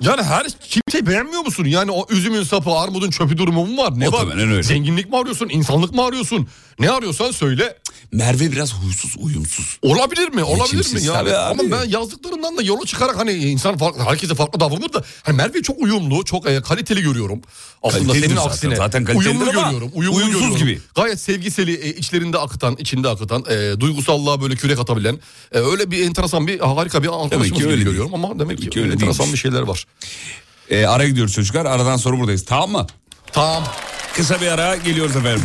C: Yani her kimseyi beğenmiyor musun? Yani o üzümün sapı, armudun çöpü durumu mu var? Ne var?
B: Muhtemelen öyle.
C: Zenginlik mi arıyorsun, insanlık mı arıyorsun? Ne arıyorsan söyle.
B: Merve biraz huysuz, uyumsuz.
C: Olabilir mi? Olabilir mi?
B: Geçimsiz
C: ya?
B: tabii abi.
C: Ama ben yazdıklarından da yola çıkarak hani insan farklı, herkese farklı davranır da hani Merve'yi çok uyumlu, çok e, kaliteli görüyorum. Aslında
B: Kalitelidir
C: senin
B: zaten.
C: aksine.
B: Zaten kalitelidir
C: uyumlu
B: ama
C: görüyorum. Uyumlu
B: uyumsuz
C: görüyorum.
B: gibi.
C: Gayet sevgiseli, e, içlerinde akıtan, içinde akıtan, e, duygusallığa böyle kürek atabilen. e, öyle bir enteresan bir harika bir arkadaşımız
B: ki
C: gibi
B: öyle değil.
C: görüyorum ama demek
B: Tabii
C: ki,
B: ki öyle
C: enteresan
B: değilmiş.
C: bir şeyler var.
B: Ee, ara gidiyoruz çocuklar. Aradan sonra buradayız. Tamam mı?
C: Tamam.
B: Kısa bir ara geliyoruz efendim.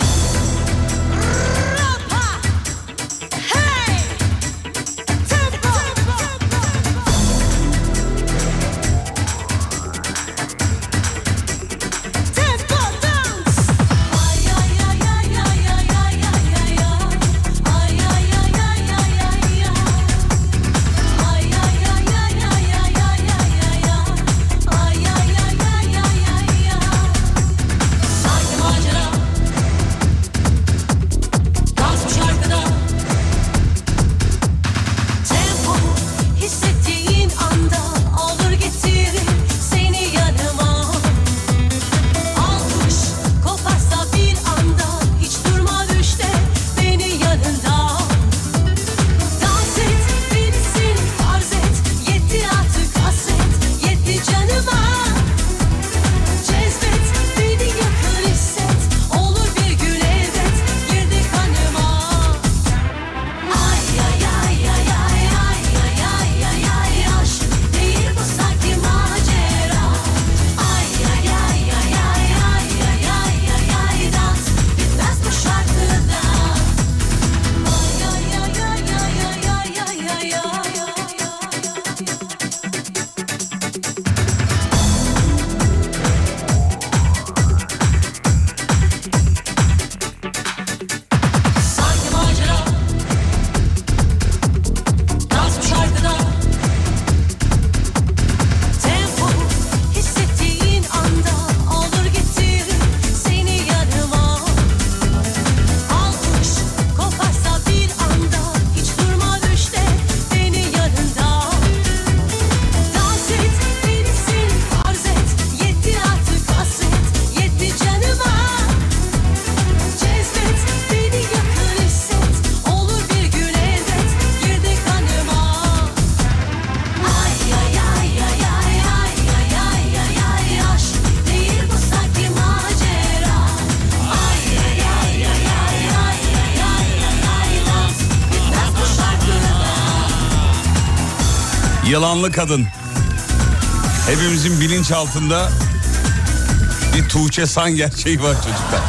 H: Ay macera
B: Yılanlı kadın. Hepimizin bilinçaltında bir Tuğçe San gerçeği var çocuklar.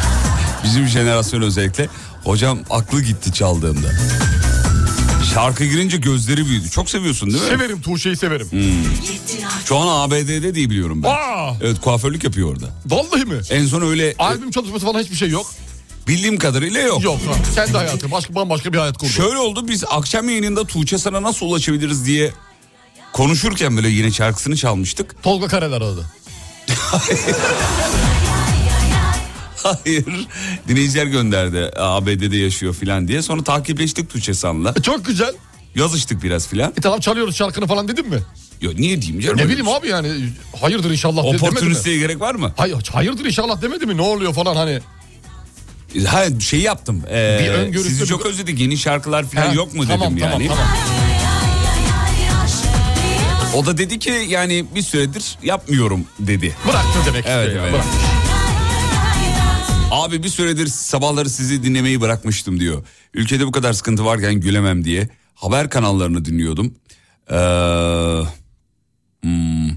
B: Bizim jenerasyon özellikle. Hocam aklı gitti çaldığımda. Şarkı girince gözleri büyüdü. Çok seviyorsun değil mi? Hmm.
C: Severim Tuğçe'yi severim.
B: Şu an ABD'de diye biliyorum ben.
C: Aa!
B: Evet kuaförlük yapıyor orada.
C: Vallahi mi?
B: En son öyle
C: Albüm çalışması falan hiçbir şey yok.
B: bildiğim kadarıyla yok.
C: Yok ha. Kendi hayatı. Başka bambaşka bir hayat kurdu.
B: Şöyle oldu biz akşam yayınında Tuğçe sana nasıl ulaşabiliriz diye konuşurken böyle yine şarkısını çalmıştık.
C: Tolga Karel aradı.
B: Hayır dinleyiciler gönderdi ABD'de yaşıyor filan diye. Sonra takipleştik Tuğçe San'la.
C: E, çok güzel.
B: Yazıştık biraz filan.
C: E tamam çalıyoruz şarkını falan dedim mi?
B: Yo, niye diyeyim canım?
C: Ne
B: öyle
C: bileyim
B: bir-
C: abi yani hayırdır inşallah de- demedi mi?
B: Opportunisteye gerek var mı?
C: Hayır, hayırdır inşallah demedi mi? Ne oluyor falan hani.
B: Hayır şey yaptım. ee,
C: Bir öngörüsü-
B: sizi çok özledik yeni şarkılar filan
C: Ha,
B: yok mu dedim
C: tamam, tamam,
B: yani.
C: Tamam.
B: O da dedi ki yani bir süredir yapmıyorum dedi.
C: Bıraktı demek
B: Evet,
C: istiyor.
B: evet.
C: Bırak.
B: Abi bir süredir sabahları sizi dinlemeyi bırakmıştım diyor. Ülkede bu kadar sıkıntı varken gülemem diye haber kanallarını dinliyordum. Ee, hmm,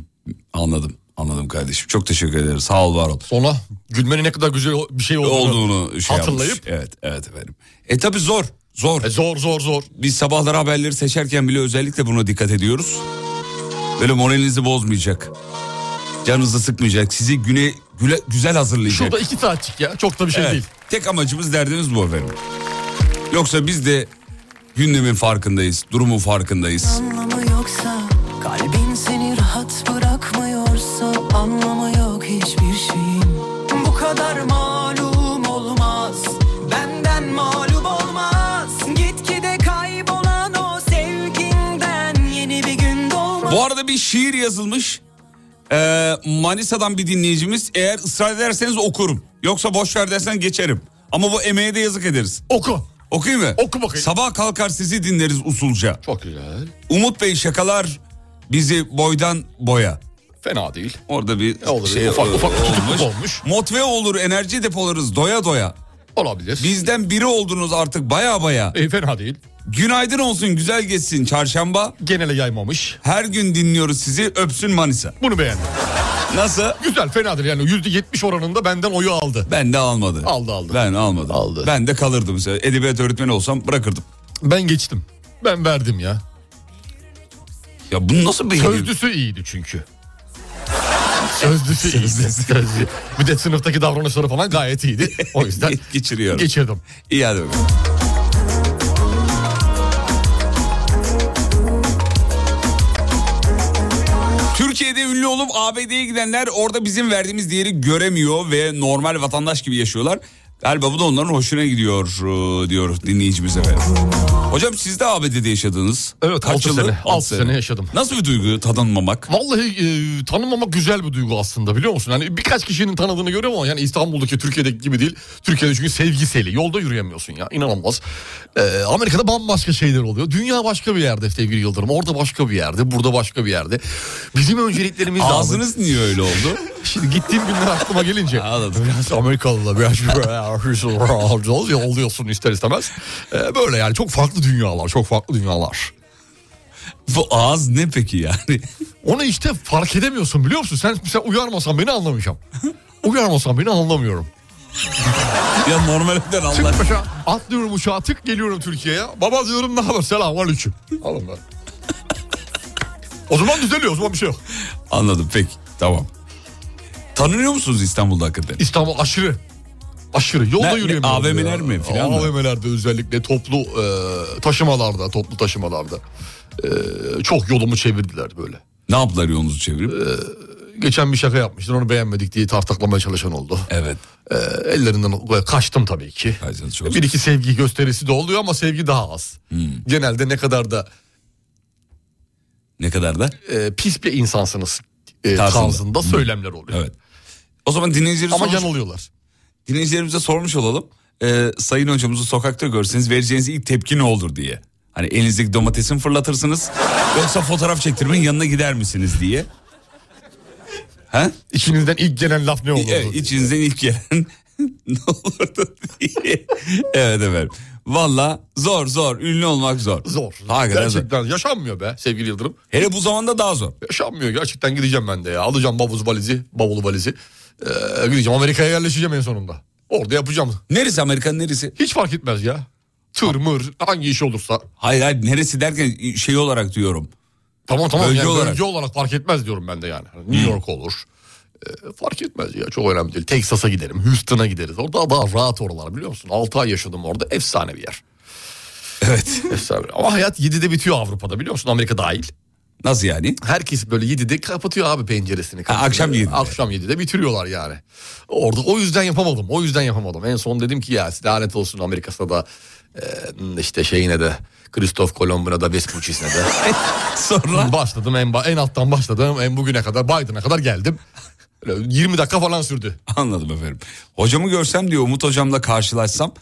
B: anladım anladım kardeşim çok teşekkür ederim sağ ol var ol.
C: Sonra gülmenin ne kadar güzel bir şey olduğunu.
B: Olduğunu şey yapmış.
C: Hatırlayıp.
B: Evet evet efendim. E tabi zor zor.
C: E, zor zor zor.
B: Biz sabahları haberleri seçerken bile özellikle buna dikkat ediyoruz. Böyle moralinizi bozmayacak. Canınızı sıkmayacak. Sizi güne güle- güzel hazırlayacak.
C: Şurada iki saatçik ya. Çok da bir şey
B: Evet.
C: değil.
B: Tek amacımız derdimiz bu efendim. Yoksa biz de gündemin farkındayız, durumun farkındayız.
I: anlamı yoksa Kalbin seni rahat bırakmıyorsa Anlamı yok hiçbir şeyin Bu kadar malum olmaz Benden mağlup olmaz Gitgide kaybolan o sevginden Yeni bir gün doğmaz
B: Bu arada bir şiir yazılmış. Ee, Manisa'dan bir dinleyicimiz. Eğer ısrar ederseniz okurum. Yoksa boş ver dersen geçerim. Ama bu emeğe de yazık ederiz.
C: Oku.
B: Okuyayım mı?
C: Oku bakayım.
B: Sabah kalkar sizi dinleriz usulca.
C: Çok güzel.
B: Umut Bey şakalar bizi boydan boya.
C: Fena değil.
B: Orada bir
C: Olur,
B: şey
C: ufak ufak
B: olmuş.
C: tutukluk olmuş.
B: Motive olur enerji depolarız doya doya.
C: Olabilir.
B: Bizden biri oldunuz artık baya baya.
C: E, fena değil.
B: Günaydın olsun güzel geçsin çarşamba.
C: Genele yaymamış.
B: Her gün dinliyoruz sizi öpsün Manisa.
C: Bunu beğendim.
B: Nasıl?
C: Güzel fena değil yani %70 oranında benden oyu aldı.
B: Ben de almadı.
C: Aldı, aldı.
B: Ben almadım.
C: Aldı.
B: Ben de kalırdım mesela. Edebiyat öğretmeni olsam bırakırdım.
C: Ben geçtim. Ben verdim ya.
B: Ya bu nasıl bir
C: Sözlüsü iyiydi çünkü. Sözlüsü iyiydi. Sözlü. Bir de sınıftaki davranışları falan gayet iyiydi. O yüzden
B: geçiriyorum.
C: geçirdim.
B: İyi hadi bakalım. Türkiye'de ünlü olup ABD'ye gidenler orada bizim verdiğimiz değeri göremiyor ve normal vatandaş gibi yaşıyorlar. Galiba bu da onların hoşuna gidiyor e, diyor dinleyicimiz efendim. Hocam siz de ABD'de yaşadınız.
C: Evet, altı
B: yıldır?
C: sene.
B: Altı
C: Altı sene yaşadım.
B: Nasıl bir duygu tadınmamak?
C: Vallahi e, tanınmamak güzel bir duygu aslında biliyor musun? Hani birkaç kişinin tanıdığını görüyorum ama yani İstanbul'daki Türkiye'deki gibi değil. Türkiye'de çünkü sevgiseli yolda yürüyemiyorsun ya inanılmaz. E, Amerika'da bambaşka şeyler oluyor. Dünya başka bir yerde sevgili Yıldırım. Orada başka bir yerde, burada başka bir yerde. Bizim önceliklerimiz de-
B: Ağzınız niye öyle oldu?
C: Şimdi gittiğim günler aklıma gelince.
B: Anladım.
C: Biraz Amerikalı'la biraz şey böyle oluyorsun ister istemez. Ee, böyle yani çok farklı dünyalar, çok farklı dünyalar.
B: bu ağız ne peki yani?
C: Onu işte fark edemiyorsun biliyor musun? Sen mesela uyarmasan beni anlamayacağım. Uyarmasan beni anlamıyorum.
B: ya normalden Allah.
C: Tık başa atlıyorum uçağa tık geliyorum Türkiye'ye. Baba diyorum ne haber selam aleyküm. Alın ben. O zaman düzeliyor o zaman bir şey yok.
B: Anladım peki tamam. Tanınıyor musunuz İstanbul'da hakikaten?
C: İstanbul aşırı. Aşırı. Yolda
B: Ne- ne-
C: yürüyemiyorum.
B: AVM'ler
C: ya.
B: mi filan mı?
C: AVM'lerde özellikle toplu e, taşımalarda, toplu taşımalarda. e, çok yolumu çevirdiler böyle. E,
B: Ne yaptılar yolunuzu çevirip?
C: Geçen bir şaka yapmıştın onu beğenmedik diye tartaklamaya çalışan oldu.
B: Evet.
C: E, ellerinden böyle kaçtım tabii ki.
B: Kaçtınız, çok
C: bir iki sevgi gösterisi de oluyor ama sevgi daha az.
B: Hmm.
C: Genelde ne kadar da
B: Ne kadar da?
C: e, pis bir insansınız e,
B: Tarzında.
C: tarzında
B: Hmm.
C: söylemler oluyor.
B: Evet. O zaman dinleyicilerimize,
C: Ama
B: sormuş,
C: yanılıyorlar.
B: dinleyicilerimize sormuş olalım. Ee, sayın hocamızı sokakta görseniz vereceğiniz ilk tepki ne olur diye. Hani elinizdeki domatesi mi fırlatırsınız yoksa fotoğraf çektirmenin yanına gider misiniz diye. Ha?
C: İçinizden ilk gelen laf ne olurdu?
B: Evet, içinizden ilk gelen ne olurdu diye. evet efendim. Valla zor zor. Ünlü olmak zor.
C: Zor.
B: Hakikaten zor.
C: gerçekten yaşanmıyor be sevgili Yıldırım.
B: Hele bu zamanda daha zor.
C: Yaşanmıyor gerçekten gideceğim ben de ya. Alacağım bavuz valizi, bavulu valizi. Ee, gideceğim Amerika'ya yerleşeceğim en sonunda. Orada yapacağım.
B: Neresi Amerika'nın neresi?
C: Hiç fark etmez ya. Tır mır hangi iş olursa.
B: Hayır hayır neresi derken şey olarak diyorum.
C: Tamam tamam
B: Bölge
C: yani
B: olarak.
C: bölge olarak fark etmez diyorum ben de yani. Hani New York olur. Ee, fark etmez ya çok önemli değil. Texas'a giderim, Houston'a gideriz. Orada daha rahat oralar biliyor musun? 6 ay yaşadım orada efsane bir yer.
B: Evet.
C: Efsane. Ama hayat 7'de bitiyor Avrupa'da biliyor musun? Amerika dahil.
B: Nasıl yani?
C: Herkes böyle 7'de kapatıyor abi penceresini. Kapatıyor.
B: akşam 7'de.
C: Akşam 7'de bitiriyorlar yani. Orada o yüzden yapamadım. O yüzden yapamadım. En son dedim ki ya lanet olsun Amerika'sına da e, işte şeyine de Kristof Kolomb'una da Vespucci'sine de.
B: Sonra
C: başladım en, ba- en alttan başladım. En bugüne kadar Biden'a kadar geldim. Öyle 20 dakika falan sürdü.
B: anladım efendim. Hocamı görsem diyor Umut hocamla karşılaşsam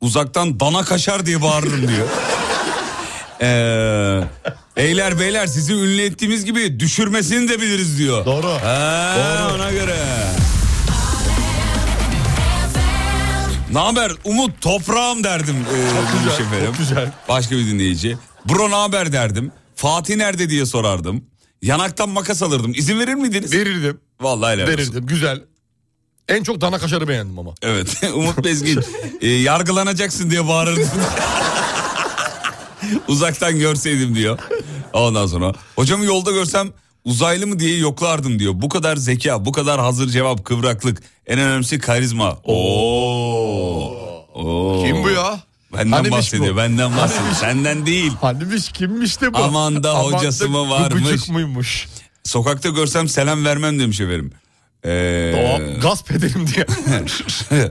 B: uzaktan dana kaşar diye bağırırım diyor. Ee, beyler beyler sizi ünlü ettiğimiz gibi düşürmesini de biliriz diyor.
C: Doğru.
B: Ha, Ona göre. Ne haber Umut toprağım derdim. Ee,
C: güzel,
B: demiş efendim.
C: çok güzel.
B: Başka bir dinleyici. Bro ne haber derdim. Fatih nerede diye sorardım. Yanaktan makas alırdım. İzin verir miydiniz?
C: Verirdim.
B: Vallahi helal olsun.
C: Verirdim. Güzel. En çok dana kaşarı beğendim ama.
B: Evet. Umut Bezgin e, yargılanacaksın diye bağırırdı. Uzaktan görseydim diyor. Ondan sonra hocamı yolda görsem uzaylı mı diye yoklardım diyor. Bu kadar zeka, bu kadar hazır cevap, kıvraklık, en önemlisi karizma. Oo. Oo.
C: Kim bu ya?
B: Benden
C: Hanimiş
B: bahsediyor.
C: bu.
B: Benden bahsediyor.
C: Hanimiş.
B: Senden değil.
C: Hanimiş kimmiş de bu?
B: Aman da hocası mı varmış?
C: Gıcık mıymış?
B: Sokakta görsem selam vermem demiş efendim. Ee,
C: Doğru, gasp edelim diye.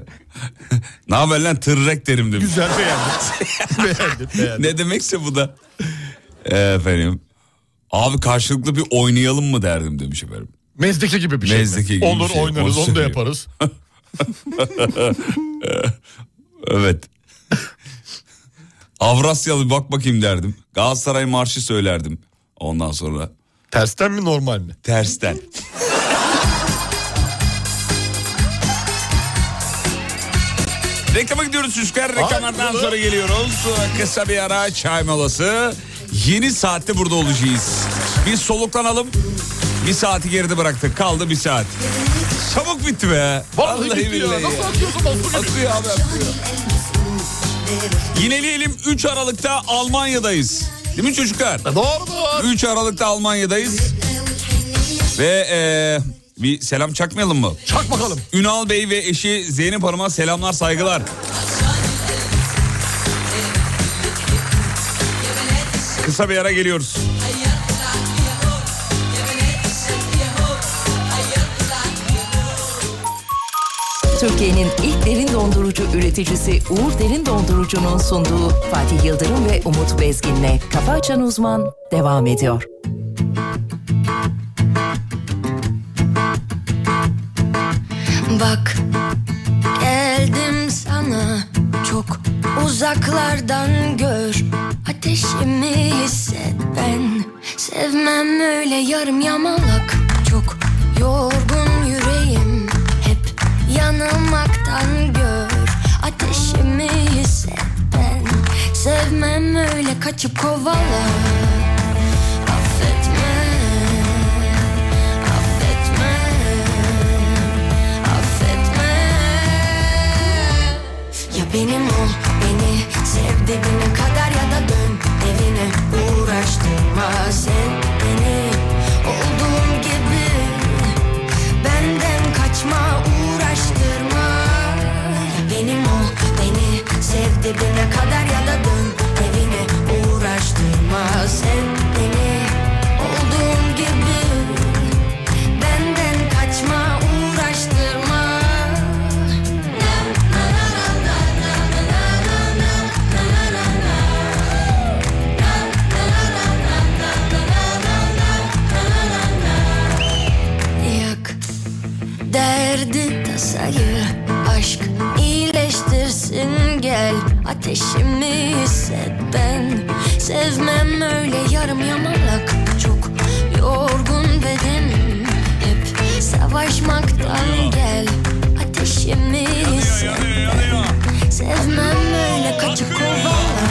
B: ne haber lan tırrek derim demiş.
C: Güzel beğendim. beğendim, beğendim.
B: ne demekse bu da. Efendim. Abi karşılıklı bir oynayalım mı derdim demiş efendim.
C: Mezdeke gibi bir şey. mi?
B: Mezdeke gibi
C: Olur
B: bir şey.
C: oynarız,
B: Onu
C: onu da
B: seviyor.
C: yaparız.
B: Evet. Avrasyalı bak bakayım derdim. Galatasaray marşı söylerdim. Ondan sonra
C: Tersten mi normal mi?
B: tersten. Reklama gidiyoruz çocuklar. Reklamlardan sonra geliyoruz. Kısa bir ara çay molası. Yeni saatte burada olacağız. Bir soluklanalım. Bir saati geride bıraktık. Kaldı bir saat. Çabuk bitti be.
C: Vallahi, bitti ya.
B: billahi.
C: Nasıl atıyorsun bozdu gibi?
B: Akıyor abi akıyor. Yineleyelim 3 Aralık'ta Almanya'dayız. Değil mi çocuklar?
C: E, Doğrudur.
B: 3 Aralık'ta Almanya'dayız. Ve eee, bir selam çakmayalım mı?
C: Çak bakalım.
B: Ünal Bey ve eşi Zeynep Hanım'a selamlar saygılar. Kısa bir ara geliyoruz.
F: Türkiye'nin ilk derin dondurucu üreticisi Uğur Derin Dondurucu'nun sunduğu Fatih Yıldırım ve Umut Bezgin'le Kafa Açan Uzman devam ediyor.
J: Bak geldim sana çok uzaklardan gör Ateşimi hisset ben sevmem öyle yarım yamalak Çok yorgun yüreğim hep yanılmaktan gör Ateşimi hisset ben sevmem öyle kaçıp kovala Affetme, affetme affetme Ya benim ol beni sev dibine kadar ya da dön evine Uğraştırma sen beni olduğum gibi Benden kaçma uğraştırma Ya benim ol beni sev dibine kadar ya da dön evine Uğraştırma sen beni olduğum gibi Benden kaçma uğraştırma Yak derdi tasayı Aşk iyileştirsin gel Ateşimi hisset ben Sevmem öyle yarım yamalak Çok yorgun bedenim Hep savaşmaktan gel Ateşimi hisset Sevmem öyle kaçıp kovala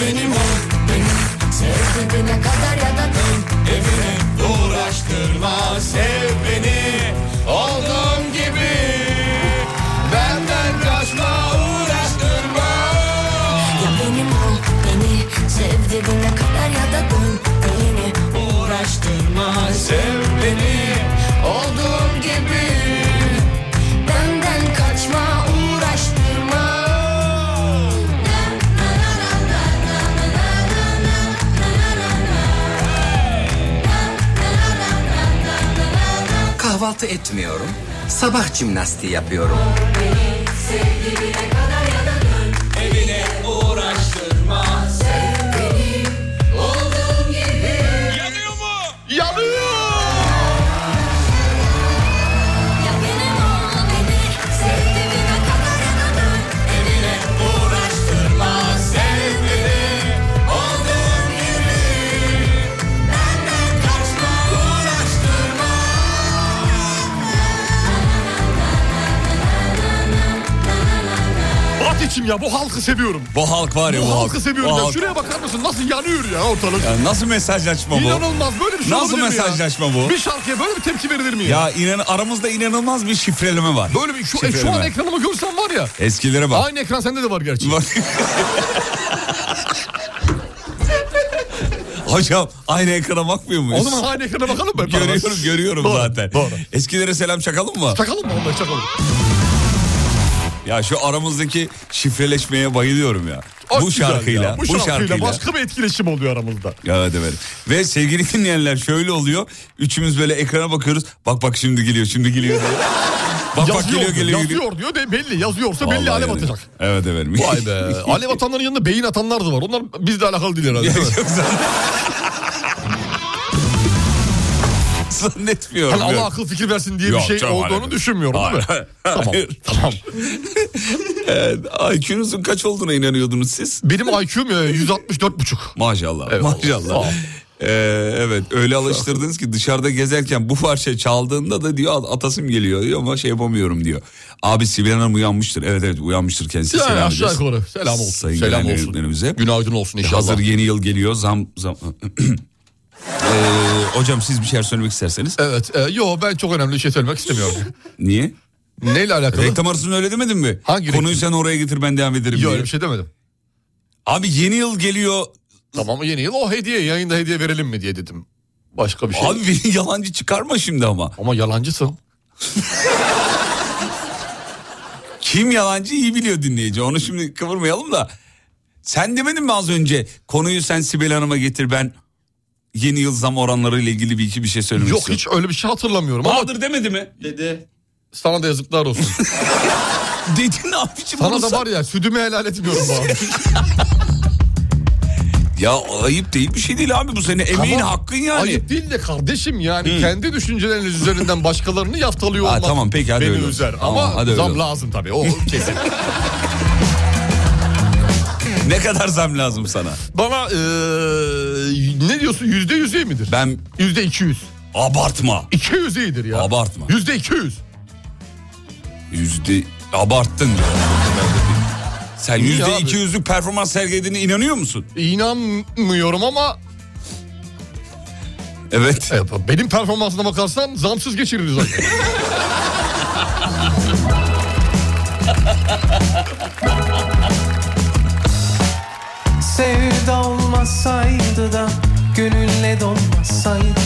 G: benim ol beni Sev dibine kadar ya da dön evine Uğraştırma sev beni Olduğum gibi Benden kaçma uğraştırma
E: Ya benim ol beni Sev dibine kadar ya da dön Beni uğraştırma
G: Sev beni Olduğum gibi
E: Benden kaçma uğraştırma
H: Kahvaltı etmiyorum. Sabah jimnastiği yapıyorum.
G: Evine uğraştırma Sev beni Olduğum gibi Yanıyor mu? Yanıyor
E: Ya benim ol beni Sev dibine kadar ya da dön
G: Evine uğraştırma Sev beni Olduğum gibi Benden kaçma uğraştırma
C: At içim ya bu halkı seviyorum.
B: Bu halk var ya bu,
C: Bu
B: halk.
C: halkı seviyorum
B: Bu
C: ya.
B: halk.
C: Şuraya bakar mısın nasıl yanıyor ya ortalık.
B: Ya nasıl mesajlaşma bu?
C: İnanılmaz böyle bir şey
B: Nasıl
C: olabilir mi ya?
B: mesajlaşma bu?
C: Bir şarkıya böyle bir tepki verilir mi ya?
B: Ya inan aramızda inanılmaz bir şifreleme var.
C: Böyle bir şu, e, şu
B: Şifreleme.
C: an ekranımı görsen var ya.
B: Eskilere bak.
C: Aynı ekran sende de var gerçi.
B: Bak. Hocam aynı ekrana bakmıyor
C: O
B: muyuz?
C: zaman aynı ekrana bakalım mı?
B: Görüyorum görüyorum
C: Doğru,
B: zaten.
C: Doğru.
B: Eskilere selam çakalım mı?
C: Çakalım mı onları çakalım.
B: Ya şu aramızdaki şifreleşmeye bayılıyorum ya.
C: Ah,
B: bu
C: güzel
B: şarkıyla,
C: ya.
B: bu şarkıyla.
C: başka bir etkileşim oluyor aramızda.
B: Evet evet. Ve sevgili dinleyenler şöyle oluyor. Üçümüz böyle ekrana bakıyoruz. Bak bak şimdi geliyor, şimdi geliyor. diye. bak bak
C: yazıyor,
B: geliyor,
C: diyor,
B: geliyor. geliyor.
C: yazıyor diyor de belli. Yazıyorsa
B: Vallahi
C: belli alev
B: yani.
C: atacak.
B: Evet efendim.
C: Vay be. alev atanların yanında beyin atanlar da var. Onlar bizle alakalı değil herhalde. değil mi?
B: Yok zan- Zannetmiyorum.
C: Hani Allah
B: Yok.
C: akıl fikir versin diye
B: Yok
C: bir şey
B: canım,
C: olduğunu
B: hayır.
C: düşünmüyorum değil mi?
B: Hayır.
C: Tamam.
B: Hayır.
C: Tamam.
B: Evet, IQ'nuzun kaç olduğuna inanıyordunuz siz?
C: Benim IQ'm e, 164,5.
B: Maşallah.
C: Evet.
B: Maşallah.
C: Sağ ol.
B: Ee, evet öyle alıştırdınız ki dışarıda gezerken bu parça çaldığında da diyor "At- atasım geliyor diyor ama şey yapamıyorum diyor. Abi Sibel Hanım uyanmıştır. Evet evet uyanmıştır kendisi.
C: Yani
B: selam
C: aşağı
B: ederiz.
C: yukarı. Selam olsun.
B: Sayın
C: selam
B: gelen
C: olsun.
B: büyüklerimize.
C: Günaydın olsun inşallah.
B: Hazır yeni yıl geliyor zam zam. Ee, hocam siz bir şeyler söylemek isterseniz.
C: Evet. E, yo ben çok önemli bir şey söylemek istemiyorum.
B: Niye?
C: Neyle alakalı?
B: Reklam arasında öyle demedin mi?
C: Hangi reklam?
B: Konuyu sen oraya getir ben devam ederim
C: Yok
B: diye.
C: öyle bir şey demedim.
B: Abi yeni yıl geliyor.
C: Tamam yeni yıl o hediye yayında hediye verelim mi diye dedim. Başka bir şey.
B: Abi beni yalancı çıkarma şimdi ama.
C: Ama yalancısın.
B: Kim yalancı iyi biliyor dinleyici. Onu şimdi kıvırmayalım da. Sen demedin mi az önce konuyu sen Sibel Hanım'a getir ben yeni yıl zam oranları ile ilgili bir iki bir şey söylemek
C: Yok
B: istiyorum.
C: hiç öyle bir şey hatırlamıyorum ama
B: Bahadır demedi mi?
D: Dedi.
C: sana da yazıklar olsun.
B: Dedin abiciğim
C: Sana
B: onu
C: da
B: sen-
C: var ya südümü helal etmiyorum abi.
B: Ya ayıp değil bir şey değil abi bu senin emeğin
C: Tamam.
B: hakkın yani.
C: Ayıp değil de kardeşim yani kendi düşünceleriniz üzerinden başkalarını yaftalıyor
B: Ha,
C: olmak
B: tamam, peki, hadi
C: beni
B: öyle olsun.
C: üzer.
B: Tamam,
C: Ama
B: hadi öyle
C: zam
B: olsun.
C: lazım tabii o kesin.
B: Ne kadar zam lazım sana?
C: Bana eee, ne diyorsun yüzde yüzey midir?
B: Ben
C: Yüzde iki yüz.
B: abartma.
C: İki yüzeydir ya.
B: Abartma.
C: Yüzde iki yüz.
B: Yüzde abarttın diyor. Sen
C: İyi
B: yüzde
C: abi.
B: iki yüzlük performans sergilediğine inanıyor musun?
C: İnanmıyorum ama
B: Evet.
C: e, benim performansına bakarsan zamsız geçiririz. zaten.
I: Sevda olmasaydı da gönülle dolmasaydı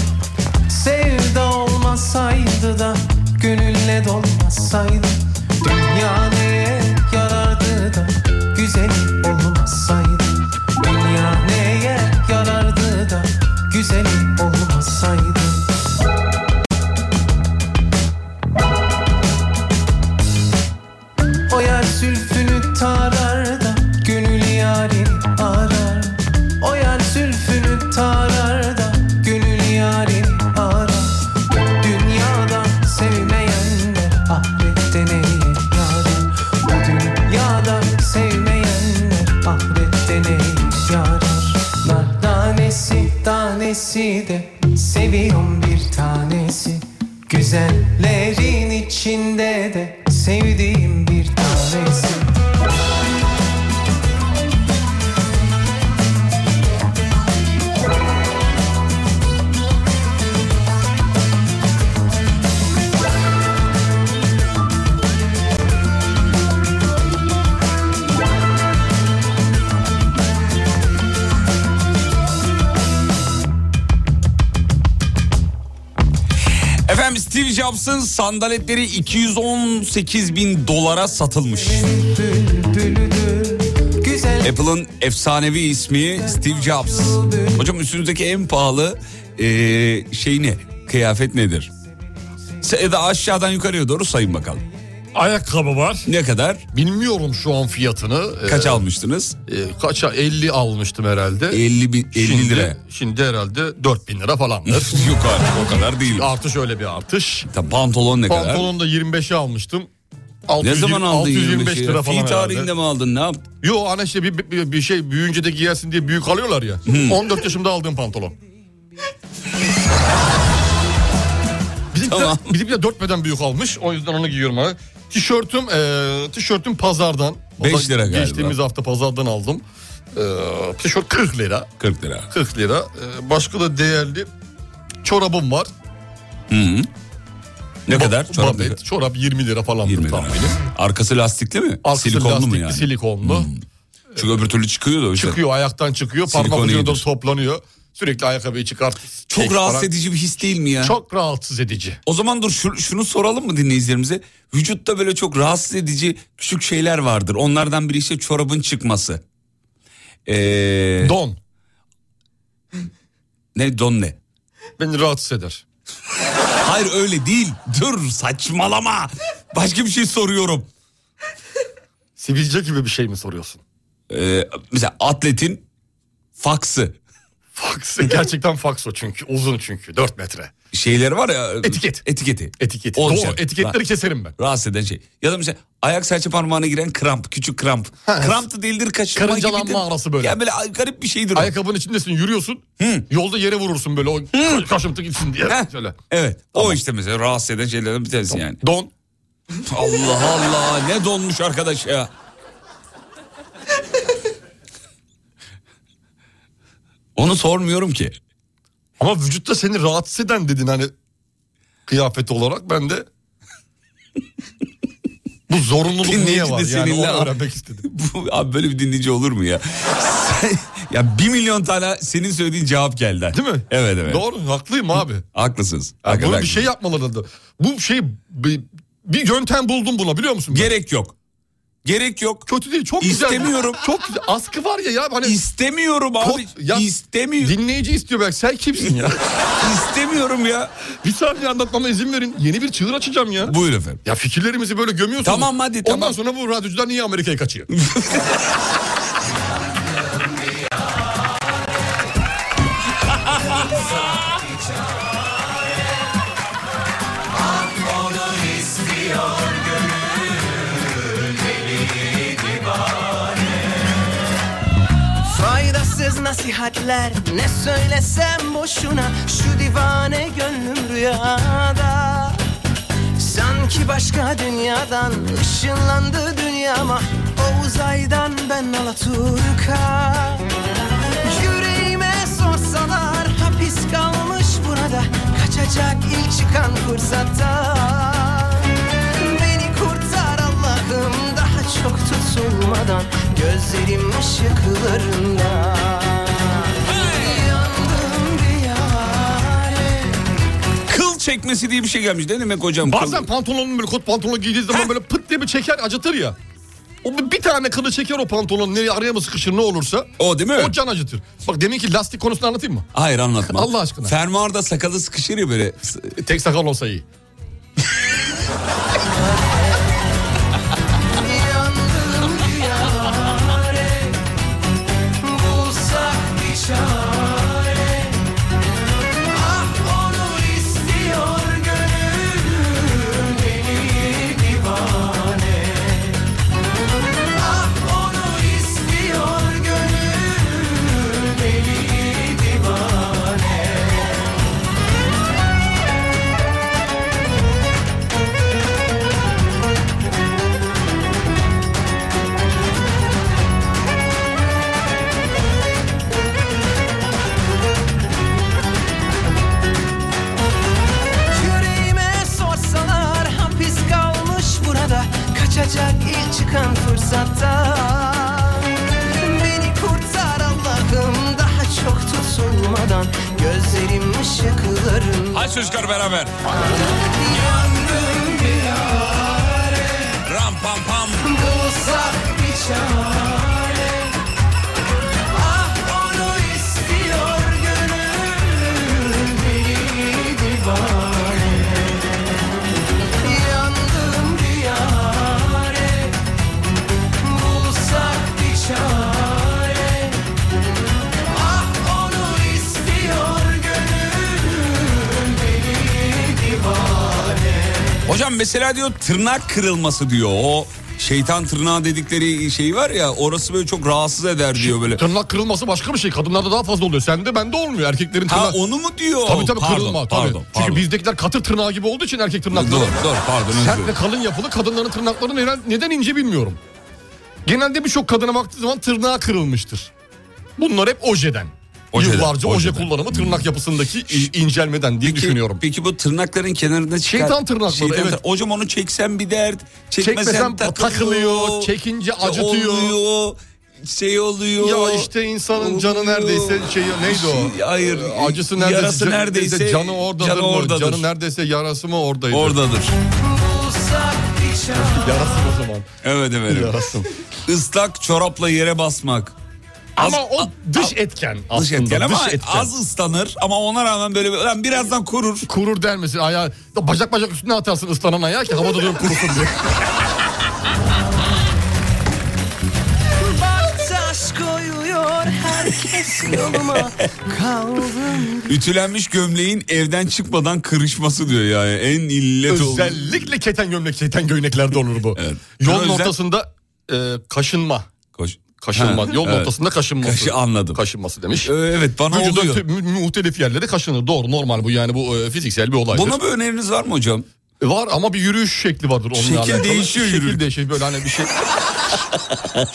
I: Sevda olmasaydı da gönülle dolmasaydı Dünya neye yarardı da güzel olmasaydı Dünya neye yarardı da güzel olmasaydı O yer zülfünü tarar da gönül yareni arar O yer zülfünü tarar da gönül yareni arar Dünyada sevmeyenler ahirette neye yarar Bu dünyada sevmeyenler ahirette neye yarar Nar tanesi tanesi de seviyorum bir tanesi Güzellerin içinde de sevdiğim bir tanesi
B: Steve Jobs'ın sandaletleri 218 bin dolara satılmış. Apple'ın efsanevi ismi Steve Jobs. Hocam üstünüzdeki en pahalı eee şey ne? Kıyafet nedir? Ya da aşağıdan yukarıya doğru sayın bakalım.
C: Ayakkabı var.
B: Ne kadar?
C: Bilmiyorum şu an fiyatını. E,
B: Kaç almıştınız?
C: kaça? 50 almıştım herhalde.
B: 50, bin, 50
C: şimdi,
B: lira.
C: Şimdi herhalde 4000 lira falandır.
B: Yok artık o kadar değil.
C: Artış öyle bir artış.
B: Ta pantolon ne kadar?
C: Pantolonu da 25'e almıştım. 600
B: ne zaman aldın
C: 625 lira falan
B: Fi
C: herhalde.
B: tarihinde mi aldın ne yaptın?
C: Yo ana işte bir, bir, bir şey büyüyünce de giyersin diye büyük alıyorlar ya.
B: Hmm.
C: 14 yaşımda aldığım pantolon. Bizim
B: Tamam.
C: de, bizim de dört beden büyük almış. O yüzden onu giyiyorum abi. Tişörtüm, e, tişörtüm pazardan. O
B: Beş
C: da
B: lira galiba.
C: Geçtiğimiz hafta pazardan aldım. E, tişört 40 lira.
B: 40 lira.
C: 40 lira. E, başka da değerli çorabım var.
B: Hı. Ne kadar? Çorap ne
C: Babet.
B: kadar?
C: Çorap 20 lira falan.
B: 20 lira. Arkası lastikli mi? Silikonlu mu yani? Hmm.
C: Silikonlu.
B: Çünkü öbür türlü çıkıyor da. o yüzden.
C: Çıkıyor ayaktan çıkıyor. Parmak
B: Silikon
C: ucuna
B: iyidir.
C: doğru toplanıyor. Sürekli ayakkabıyı çıkart.
B: Çok
C: çek
B: rahatsız
C: falan.
B: edici bir his değil mi ya?
C: Çok rahatsız edici.
B: O zaman dur şu- şunu soralım mı dinleyicilerimize? Vücutta böyle çok rahatsız edici küçük şeyler vardır. Onlardan biri işte çorabın çıkması. Ee,
C: Don.
B: ne don ne?
C: Beni rahatsız eder.
B: Hayır öyle değil. Dur saçmalama. Başka bir şey soruyorum.
C: Sivilce gibi bir şey mi soruyorsun?
B: Ee, mesela atletin faksı
C: Faks. Gerçekten faks o çünkü. Uzun çünkü. 4 metre.
B: şeyleri var ya.
C: Etiket.
B: Etiketi.
C: Etiket.
B: O
C: Doğru.
B: mesela-
C: Etiketleri keserim ben.
B: rahatsız eden şey. Ya da mesela ayak serçe parmağına giren kramp, küçük kramp. kramp da değildir kaşınma
C: Karıncalanma
B: gibidir.
C: arası böyle.
B: Ya böyle garip bir şeydir o.
C: Ayakkabının içindesin yürüyorsun. Yolda yere vurursun böyle. O ka- kaşıntı gitsin diye.
B: Heh.
C: Şöyle.
B: Evet. O işte mesela rahatsız eden şeylerden bir tanesi yani.
C: Don.
B: Allah Allah ne donmuş arkadaş ya. Onu sormuyorum ki.
C: Ama vücutta seni rahatsız eden dedin hani kıyafet olarak ben de bu zorunluluk niye var
B: Dinleyici de
C: yani onu
B: seninle-
C: öğrenmek istedim.
B: Bu, abi böyle bir dinleyici olur mu ya? Sen- ya bir milyon tane senin söylediğin cevap geldi.
C: Değil mi?
B: Evet evet.
C: Doğru haklıyım abi.
B: Haklısınız.
C: Yani
B: Hakikaten
C: bunu bir şey yapmaları da. Bu şey bir, bir yöntem buldum buna biliyor musun?
B: Gerek yok. Gerek yok.
C: Kötü değil çok güzel.
B: İstemiyorum.
C: Çok güzel. Askı var ya ya hani
B: İstemiyorum
C: Ko-
B: abi.
C: ya-
B: İstemiyorum.
C: dinleyici istiyor belki sen kimsin ya?
B: İstemiyorum ya.
C: bir saniye anlatmama izin verin. Yeni bir çığır açacağım ya.
B: Buyur efendim.
C: Ya fikirlerimizi böyle gömüyorsunuz.
B: Tamam, hadi,
C: Ondan
B: tamam.
C: sonra bu radyocular niye Amerika'ya kaçıyor?
K: Faydasız nasihatler ne söylesem boşuna Şu divane gönlüm rüyada Sanki başka dünyadan ışınlandı dünyama O uzaydan ben Alaturka Yüreğime sorsalar hapis kalmış burada Kaçacak ilk çıkan fırsatta Beni kurtar Allah'ım daha çok tutulmadan Gözlerim ışıklarında Yandım diyare
B: Kıl çekmesi diye bir şey gelmiş. Ne demek hocam? kıl?
C: Bazen pantolonun böyle kot pantolonu giydiği zaman böyle pıt diye bir çeker acıtır ya. O bir, bir tane kılı çeker o pantolon nereye araya mı sıkışır ne olursa.
B: O değil mi?
C: O can acıtır. Bak demin ki lastik konusunu anlatayım mı?
B: Hayır anlatma.
C: Allah aşkına.
B: Fermuarda sakalı sıkışır ya böyle. S-
C: E, Tek sakal olsa iyi.
K: Yandım diyare Bulsak bir çare Ah onu istiyor gönül Deli divane Ah onu istiyor gönül Deli divane
A: durmadan gözlerim ışıkların
B: Hadi çocuklar beraber.
A: Yandım bir yâre
B: Ram pam pam.
A: Bulsak bir çare Ah onu istiyor gönül Deli divane Yandım bir yâre Bulsak bir çare Ah onu istiyor gönül Deli divane
B: Hocam mesela diyor tırnak kırılması diyor. O şeytan tırnağı dedikleri şey var ya orası böyle çok rahatsız eder diyor böyle.
C: Tırnak kırılması başka bir şey. Kadınlarda daha fazla oluyor. Sende bende olmuyor. Erkeklerin
B: Ha,
C: tırnak...
B: onu mu diyor?
C: Tabii tabii
B: Pardon,
C: kırılma. Tabii.
B: pardon, pardon.
C: Çünkü bizdekiler katır tırnağı gibi olduğu için erkek tırnakları.
B: Doğru, doğru, pardon, özür
C: Sert
B: dilerim.
C: ve kalın yapılı kadınların tırnakları neden, neden ince bilmiyorum. Genelde birçok kadına baktığı zaman tırnağı kırılmıştır. Bunlar hep ojeden.
B: Ojeden,
C: Yıllarca
B: ojeden.
C: oje kullanımı tırnak yapısındaki i- incelmeden diye düşünüyorum.
B: Peki bu tırnakların kenarında çıkar.
C: Şeytan tırnakları, evet.
B: tır- Hocam onu çeksen bir dert. Çekmesen,
C: Çekmesen
B: takılıyor.
C: takılıyor, çekince
B: işte
C: acıtıyor.
B: Oluyor, şey oluyor.
C: Ya işte insanın canı
B: oluyor.
C: neredeyse şeyi neydi o? Ee,
B: Şey, Hayır.
C: Acısı neredeyse,
B: Yarası
C: can-
B: neredeyse.
C: canı oradadır.
B: Canı
C: mı?
B: oradadır.
C: Canı neredeyse yarası mı oradaydı?
B: Oradadır.
A: Bulsak bir çare
C: Yarası o zaman.
B: Evet efendim.
C: Yarası.
B: Islak çorapla yere basmak. Az-
C: Ama o dış etken aslında.
B: Dış etken ama
C: dış etken.
B: az ıslanır ama ona rağmen böyle lan birazdan kurur.
C: kurur der misin? Ayağı da bacak bacak üstüne atarsın ıslanan ayağı ki havada durup kurusun diye.
A: Taş koyuyor herkes yoluma Kaldım
B: Ütülenmiş gömleğin evden çıkmadan kırışması diyor yani. En illet oldu.
C: Özellikle keten gömlek, keten gömleklerde olur bu.
B: Evet.
C: Yol
B: Özel-
C: noktasında e, kaşınma.
B: Koş.
C: Kaşınma.
B: Ha,
C: Yol
B: evet.
C: noktasında kaşınması.
B: Kaşı- anladım.
C: Kaşınması demiş.
B: Ee, Evet bana
C: Vücudun
B: oluyor.
C: tü- mü- muhtelif yerleri kaşınır. Doğru normal bu yani bu e, fiziksel bir olaydır.
B: Buna bir öneriniz var mı hocam?
C: Var ama bir yürüyüş şekli vardır onunla
B: Şekil
C: alakalı.
B: değişiyor
C: Şekil
B: yürürken.
C: değişiyor böyle hani bir şey.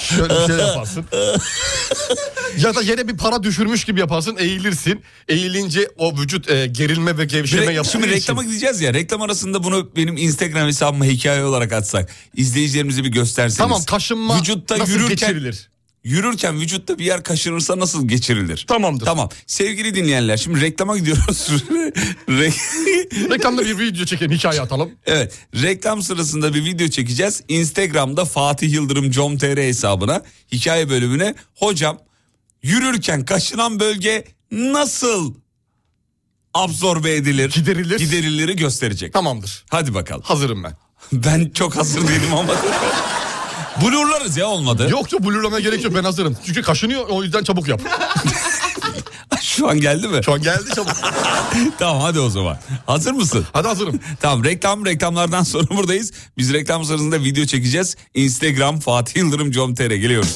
C: Şöyle bir şey yaparsın. ya da yere bir para düşürmüş gibi yaparsın eğilirsin. Eğilince o vücut e, gerilme ve gevşeme
B: Re-
C: yaptığı
B: Şimdi
C: için.
B: reklama gideceğiz ya. Reklam arasında bunu benim Instagram hesabıma hikaye olarak atsak. izleyicilerimize bir gösterseniz.
C: Tamam kaşınma
B: Vücutta
C: nasıl
B: yürürken,
C: geçirilir?
B: Yürürken vücutta bir yer kaşınırsa nasıl geçirilir?
C: Tamamdır.
B: Tamam. Sevgili dinleyenler şimdi reklama gidiyoruz. Re-
C: Reklamda bir video çekelim hikaye atalım.
B: Evet reklam sırasında bir video çekeceğiz. Instagram'da Fatih Yıldırım com.tr hesabına hikaye bölümüne hocam yürürken kaşınan bölge nasıl absorbe edilir?
C: Giderilir.
B: Giderileri gösterecek.
C: Tamamdır.
B: Hadi bakalım.
C: Hazırım ben.
B: Ben çok hazır değilim ama. Blurlarız ya olmadı.
C: Yok yok blurlamaya gerek yok ben hazırım. Çünkü kaşınıyor o yüzden çabuk yap.
B: Şu an geldi mi?
C: Şu an geldi çabuk.
B: tamam hadi o zaman. Hazır mısın?
C: Hadi hazırım.
B: Tamam reklam reklamlardan sonra buradayız. Biz reklam sırasında video çekeceğiz. Instagram Fatih Yıldırım com.tr geliyoruz.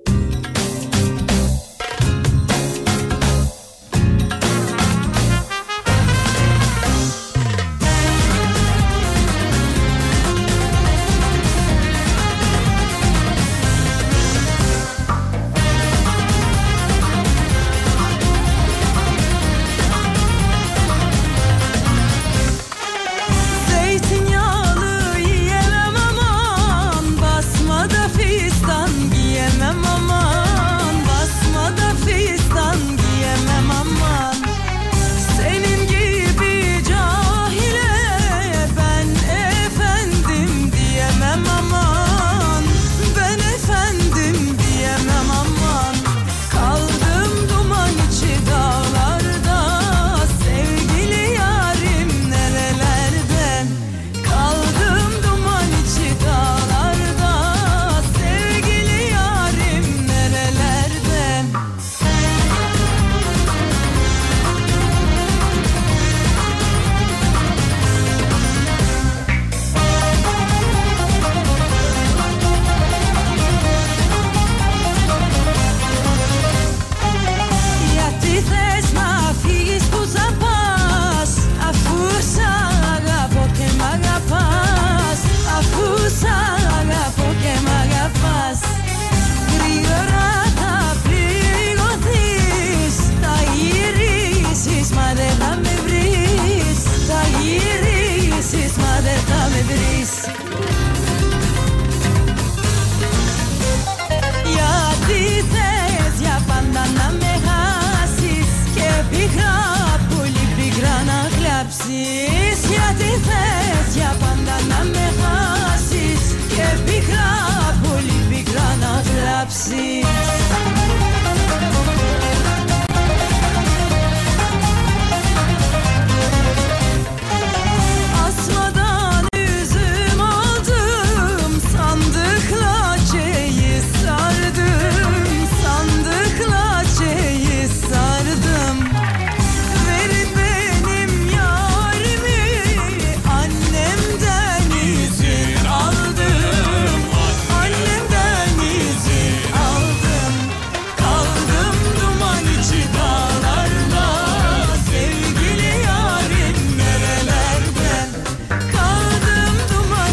A: Zeytinyağlı yiyemem aman Basmada fistan giyemem aman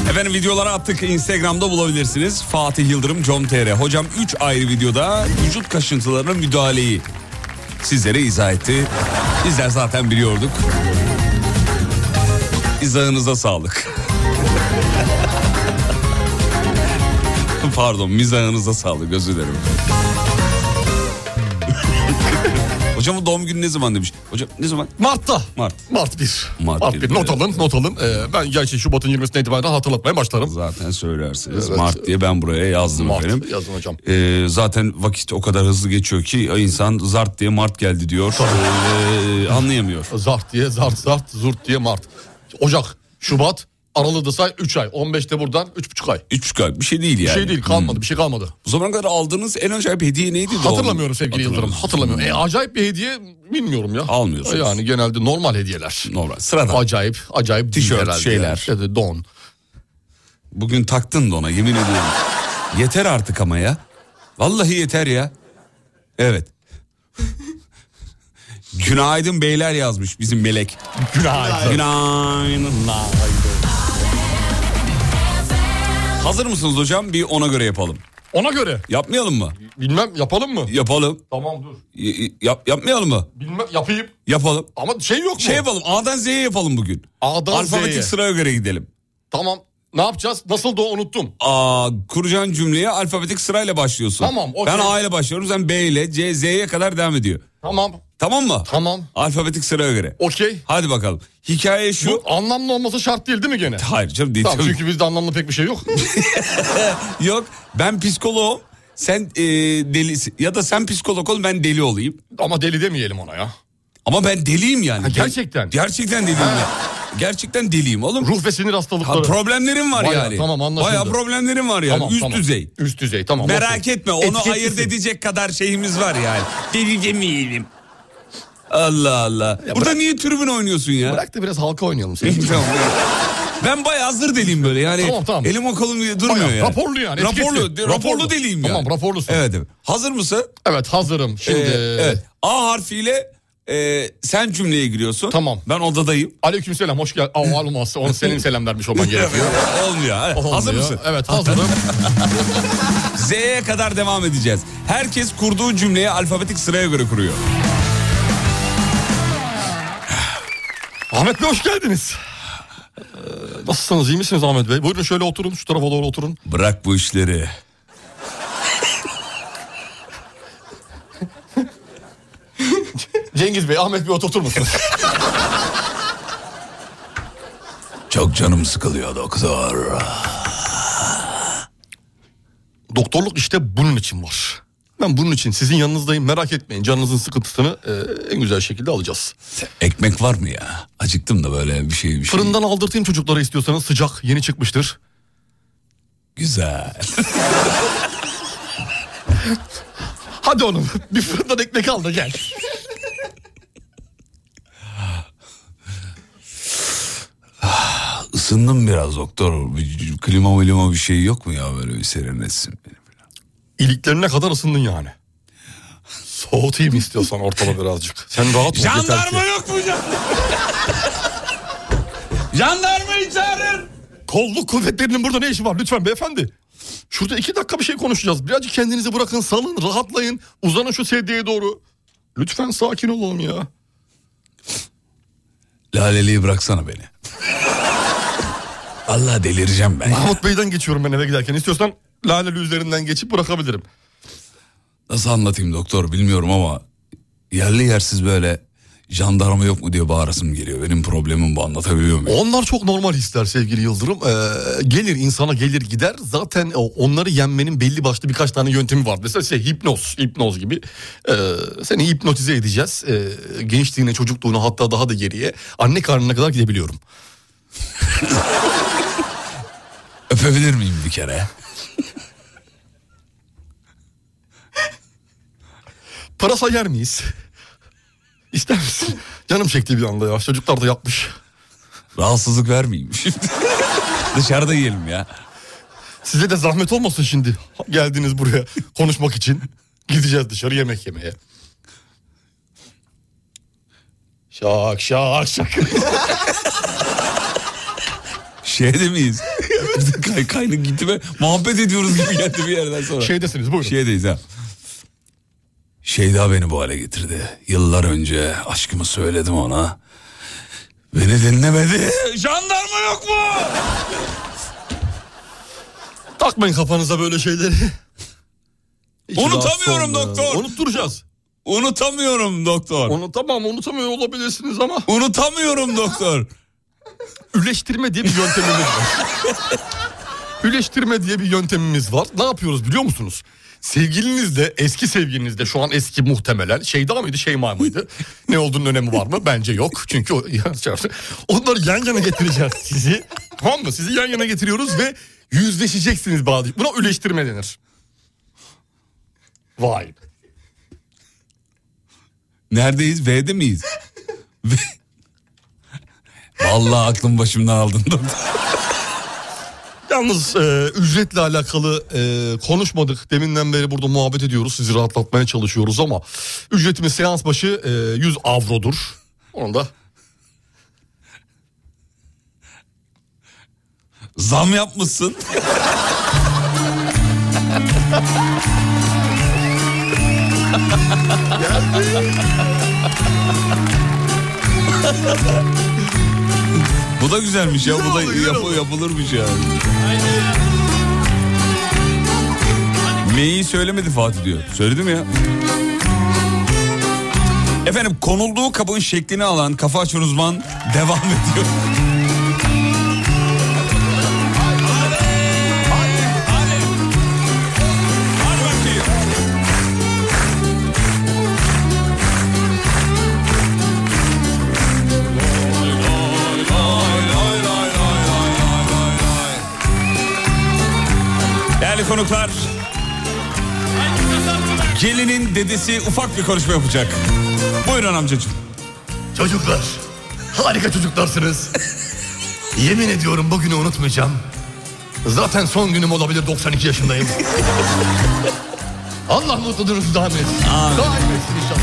B: Hemen videolara attık. Instagram'da bulabilirsiniz. Fatih Yıldırım com.tr. Hocam 3 ayrı videoda vücut kaşıntılarına müdahaleyi sizlere izah etti. Bizler zaten biliyorduk. İzahınıza sağlık. Pardon mizahınıza sağlık özür dilerim. Hocam bu doğum günü ne zaman demiş? Hocam ne zaman?
C: Mart'ta.
B: Mart.
C: Mart 1.
B: Mart
C: Mart,
B: bir,
C: 1. Not
B: evet.
C: alın, not alın. Ee, ben gerçi Şubat'ın 20'sinden itibaren hatırlatmaya başlarım.
B: Zaten söylersiniz.
C: Evet.
B: Mart diye ben buraya yazdım
C: Mart
B: efendim.
C: yazın hocam.
B: Ee, zaten vakit o kadar hızlı geçiyor ki insan zart diye Mart geldi diyor. Ee, anlayamıyor.
C: Zart diye zart zart zurt diye Mart. Ocak, Şubat, Aralık'ı da say 3 ay. 15'te buradan 3,5 ay.
B: Üç buçuk bir şey değil yani.
C: Bir şey değil kalmadı bir şey kalmadı.
B: Bu zamana kadar aldığınız en acayip hediye neydi? doğum-
C: Hatırlamıyorum sevgili Yıldırım.
B: Hatırlamıyorsunuz.
C: Hatırlamıyorum. E, acayip bir hediye bilmiyorum ya.
B: Almıyorsunuz.
C: Yani genelde normal hediyeler.
B: Normal. Sıradan.
C: Acayip, acayip değil
B: Tişört,
C: herhalde
B: şeyler.
C: yani. Ya da don.
B: Bugün taktın da ona yemin ediyorum. yeter artık ama ya. Vallahi yeter ya. Evet. Günaydın beyler yazmış bizim melek.
C: Günaydın.
B: Günaydın. Hazır mısınız hocam? Bir ona göre yapalım.
C: Ona göre.
B: Yapmayalım mı?
C: Bilmem yapalım mı?
B: Yapalım.
C: Tamam dur.
B: Y- y- Yap, yapmayalım mı?
C: Bilmem yapayım.
B: Yapalım.
C: Ama şey yok mu?
B: Şey yapalım A'dan Z'ye yapalım bugün.
C: A'dan
B: Alfabetik
C: Z'ye.
B: sıraya göre gidelim.
C: Tamam. Ne yapacağız? Nasıl da unuttum.
B: A, kuracağın cümleye alfabetik sırayla başlıyorsun.
C: Tamam, okey.
B: Ben A ile başlıyorum sen B ile C, Z'ye kadar devam ediyor.
C: Tamam.
B: Tamam mı?
C: Tamam.
B: Alfabetik sıraya göre.
C: Okey.
B: Hadi bakalım. Hikaye şu.
C: Bu anlamlı olması şart değil değil mi gene?
B: Hayır canım değil.
C: Tamam
B: tabii.
C: çünkü bizde anlamlı pek bir şey yok.
B: Yok ben psikoloğum. Sen e, delisi ya da sen psikolog ol ben deli olayım.
C: Ama deli demeyelim ona ya.
B: Ama ben deliyim yani.
C: Ha, gerçekten.
B: Gerçekten deliyim. ben. Gerçekten deliyim oğlum.
C: Ruh ve sinir
B: Ha,
C: hastalıkları.
B: problemlerim var
C: Bayağı,
B: yani.
C: tamam, anlaşıldı.
B: Bayağı problemlerim var yani.
C: Tamam,
B: Üst
C: tamam.
B: düzey.
C: Üst düzey tamam.
B: Merak
C: okey.
B: etme onu
C: Etiketlisin.
B: ayırt edecek kadar şeyimiz var yani. Deli demeyelim. Allah Allah. Burada
C: bırak-
B: niye tribün oynuyorsun ya?
C: Bırak da biraz halka oynayalım. sevgili.
B: Tamam, bırak. ben bayağı hazır deliyim böyle yani.
C: Tamam, tamam.
B: Elim o kolum diye durmuyor
C: Bayağı
B: yani.
C: raporlu yani, etiketli.
B: Raporlu, raporlu,
C: Raporlu.
B: deliyim yani.
C: Tamam, raporlusun.
B: Evet evet. Hazır mısın?
C: evet hazırım. Şimdi
B: Ee, evet. A harfiyle e, sen cümleye giriyorsun.
C: Tamam.
B: Ben odadayım.
C: Aleykümselam hoş geldin. Aa olmaz. Onu senin selam vermiş olman gerekiyor.
B: Olmuyor. Evet, Hazır
C: Olmuyor.
B: mısın?
C: Evet hazırım.
B: Z'ye kadar devam edeceğiz. Herkes kurduğu cümleyi alfabetik sıraya göre kuruyor.
C: Ahmet Bey hoş geldiniz. Ee, Nasılsınız iyi misiniz Ahmet Bey? Buyurun şöyle oturun şu tarafa doğru oturun.
B: Bırak bu işleri.
C: Cengiz Bey Ahmet Bey oturtur musunuz?
B: Çok canım sıkılıyor doktor.
C: Doktorluk işte bunun için var. Ben bunun için sizin yanınızdayım merak etmeyin. Canınızın sıkıntısını e, en güzel şekilde alacağız.
B: Ekmek var mı ya? Acıktım da böyle bir şey bir şey.
C: Fırından aldırtayım çocuklara istiyorsanız sıcak yeni çıkmıştır.
B: Güzel.
C: Hadi oğlum bir fırından ekmek al da gel.
B: Isındım Ah, biraz doktor. Bir klima klima bir şey yok mu ya böyle bir serinletsin beni falan.
C: İliklerine kadar ısındın yani. Soğutayım istiyorsan ortalığı birazcık. Sen rahat ol. yeter ki.
B: Jandarma yok mu jandarma? Jandarmayı çağırın.
C: Kolluk kuvvetlerinin burada ne işi var lütfen beyefendi? Şurada iki dakika bir şey konuşacağız. Birazcık kendinizi bırakın, salın, rahatlayın. Uzanın şu sedyeye doğru. Lütfen sakin olalım ya.
B: Laleliği bıraksana beni. Allah delireceğim ben. ya.
C: Mahmut Bey'den geçiyorum ben eve giderken. İstiyorsan Laleli üzerinden geçip bırakabilirim.
B: Nasıl anlatayım doktor bilmiyorum ama yerli yersiz böyle jandarma yok mu diye bağırasım geliyor. Benim problemim bu anlatabiliyor muyum?
C: Onlar çok normal hisler sevgili Yıldırım. Ee, gelir insana gelir gider. Zaten o- onları yenmenin belli başlı birkaç tane yöntemi var. Mesela şey hipnoz, hipnoz gibi. Ee, seni hipnotize edeceğiz. Ee, gençliğine, çocukluğuna hatta daha da geriye. Anne karnına kadar gidebiliyorum.
B: Öpebilir miyim bir kere?
C: Pırasa yer miyiz? İster misin? Canım çekti bir anda ya. Çocuklar da yapmış.
B: Rahatsızlık vermeyeyim şimdi. Dışarıda yiyelim ya.
C: Size de zahmet olmasın şimdi. Geldiniz buraya konuşmak için. Gideceğiz dışarı yemek yemeye. Şak şak şak.
B: Şeyde Şey miyiz? Kay, kaynak gitti ve muhabbet ediyoruz gibi geldi bir yerden sonra.
C: Şeydesiniz buyurun.
B: Şeydeyiz ha. Şeyda beni bu hale getirdi. Yıllar önce aşkımı söyledim ona. Beni dinlemedi. Jandarma yok mu?
C: Takmayın kafanıza böyle şeyleri. İki
B: Unutamıyorum
C: daha sonra.
B: doktor.
C: Unutturacağız.
B: Unutamıyorum doktor.
C: Onu tamam unutamıyor olabilirsiniz ama
B: Unutamıyorum doktor.
C: üleştirme diye bir yöntemimiz var. üleştirme diye bir yöntemimiz var. Ne yapıyoruz biliyor musunuz? Sevgilinizle, eski sevgilinizle şu an eski muhtemelen Şeyda mıydı, Şeyma mıydı? ne olduğunun önemi var mı? Bence yok. Çünkü o, şey onları yan yana getireceğiz sizi. Tamam mı? Sizi yan yana getiriyoruz ve yüzleşeceksiniz bazı. Buna üleştirme denir. Vay.
B: Neredeyiz? V'de miyiz? V... Vallahi aklım başımdan aldın doktor.
C: Yalnız e, ücretle alakalı e, konuşmadık. Deminden beri burada muhabbet ediyoruz. Sizi rahatlatmaya çalışıyoruz ama ücretimiz seans başı e, 100 avrodur. Onu da
B: Zam yapmışsın. bu da güzelmiş ya. Bu da yap- yapılırmış ya. M'yi söylemedi Fatih diyor. Söyledim ya. Efendim konulduğu kabın şeklini alan kafa açan uzman devam ediyor. Değerli konuklar. Gelinin dedesi ufak bir konuşma yapacak. Buyurun amcacığım.
C: Çocuklar, harika çocuklarsınız. Yemin ediyorum bugünü unutmayacağım. Zaten son günüm olabilir 92 yaşındayım. Allah mutludunuzu devam etsin. Devam etsin inşallah.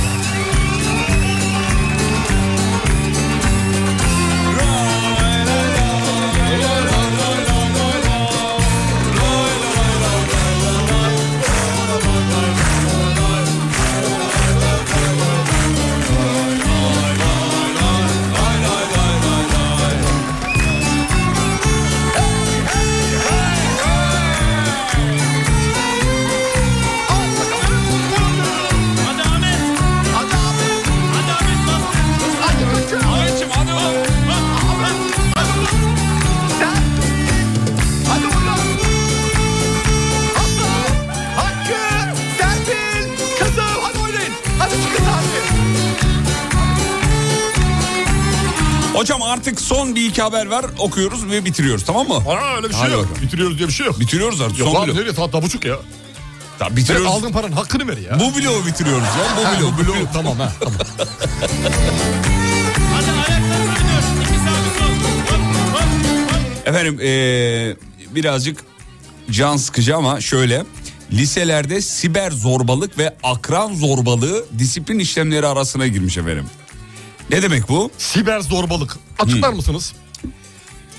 B: Hocam artık son bir iki haber var okuyoruz ve bitiriyoruz tamam mı?
C: Aa öyle bir şey
B: Hadi
C: yok.
B: bakalım.
C: Bitiriyoruz diye bir şey yok.
B: Bitiriyoruz artık
C: Yok
B: son
C: abi
B: blok.
C: nereye hatta buçuk ya.
B: Tamam,
C: Sen
B: bitiriyoruz.
C: aldığın paranın hakkını ver ya.
B: Bu bloğu bitiriyoruz ya. Bu bloğu. Bu bloğu.
C: tamam ha. Tamam.
B: Efendim ee, birazcık can sıkıcı ama şöyle. Liselerde siber zorbalık ve akran zorbalığı disiplin işlemleri arasına girmiş efendim. Ne demek bu?
C: Siber zorbalık. Açıklar mısınız?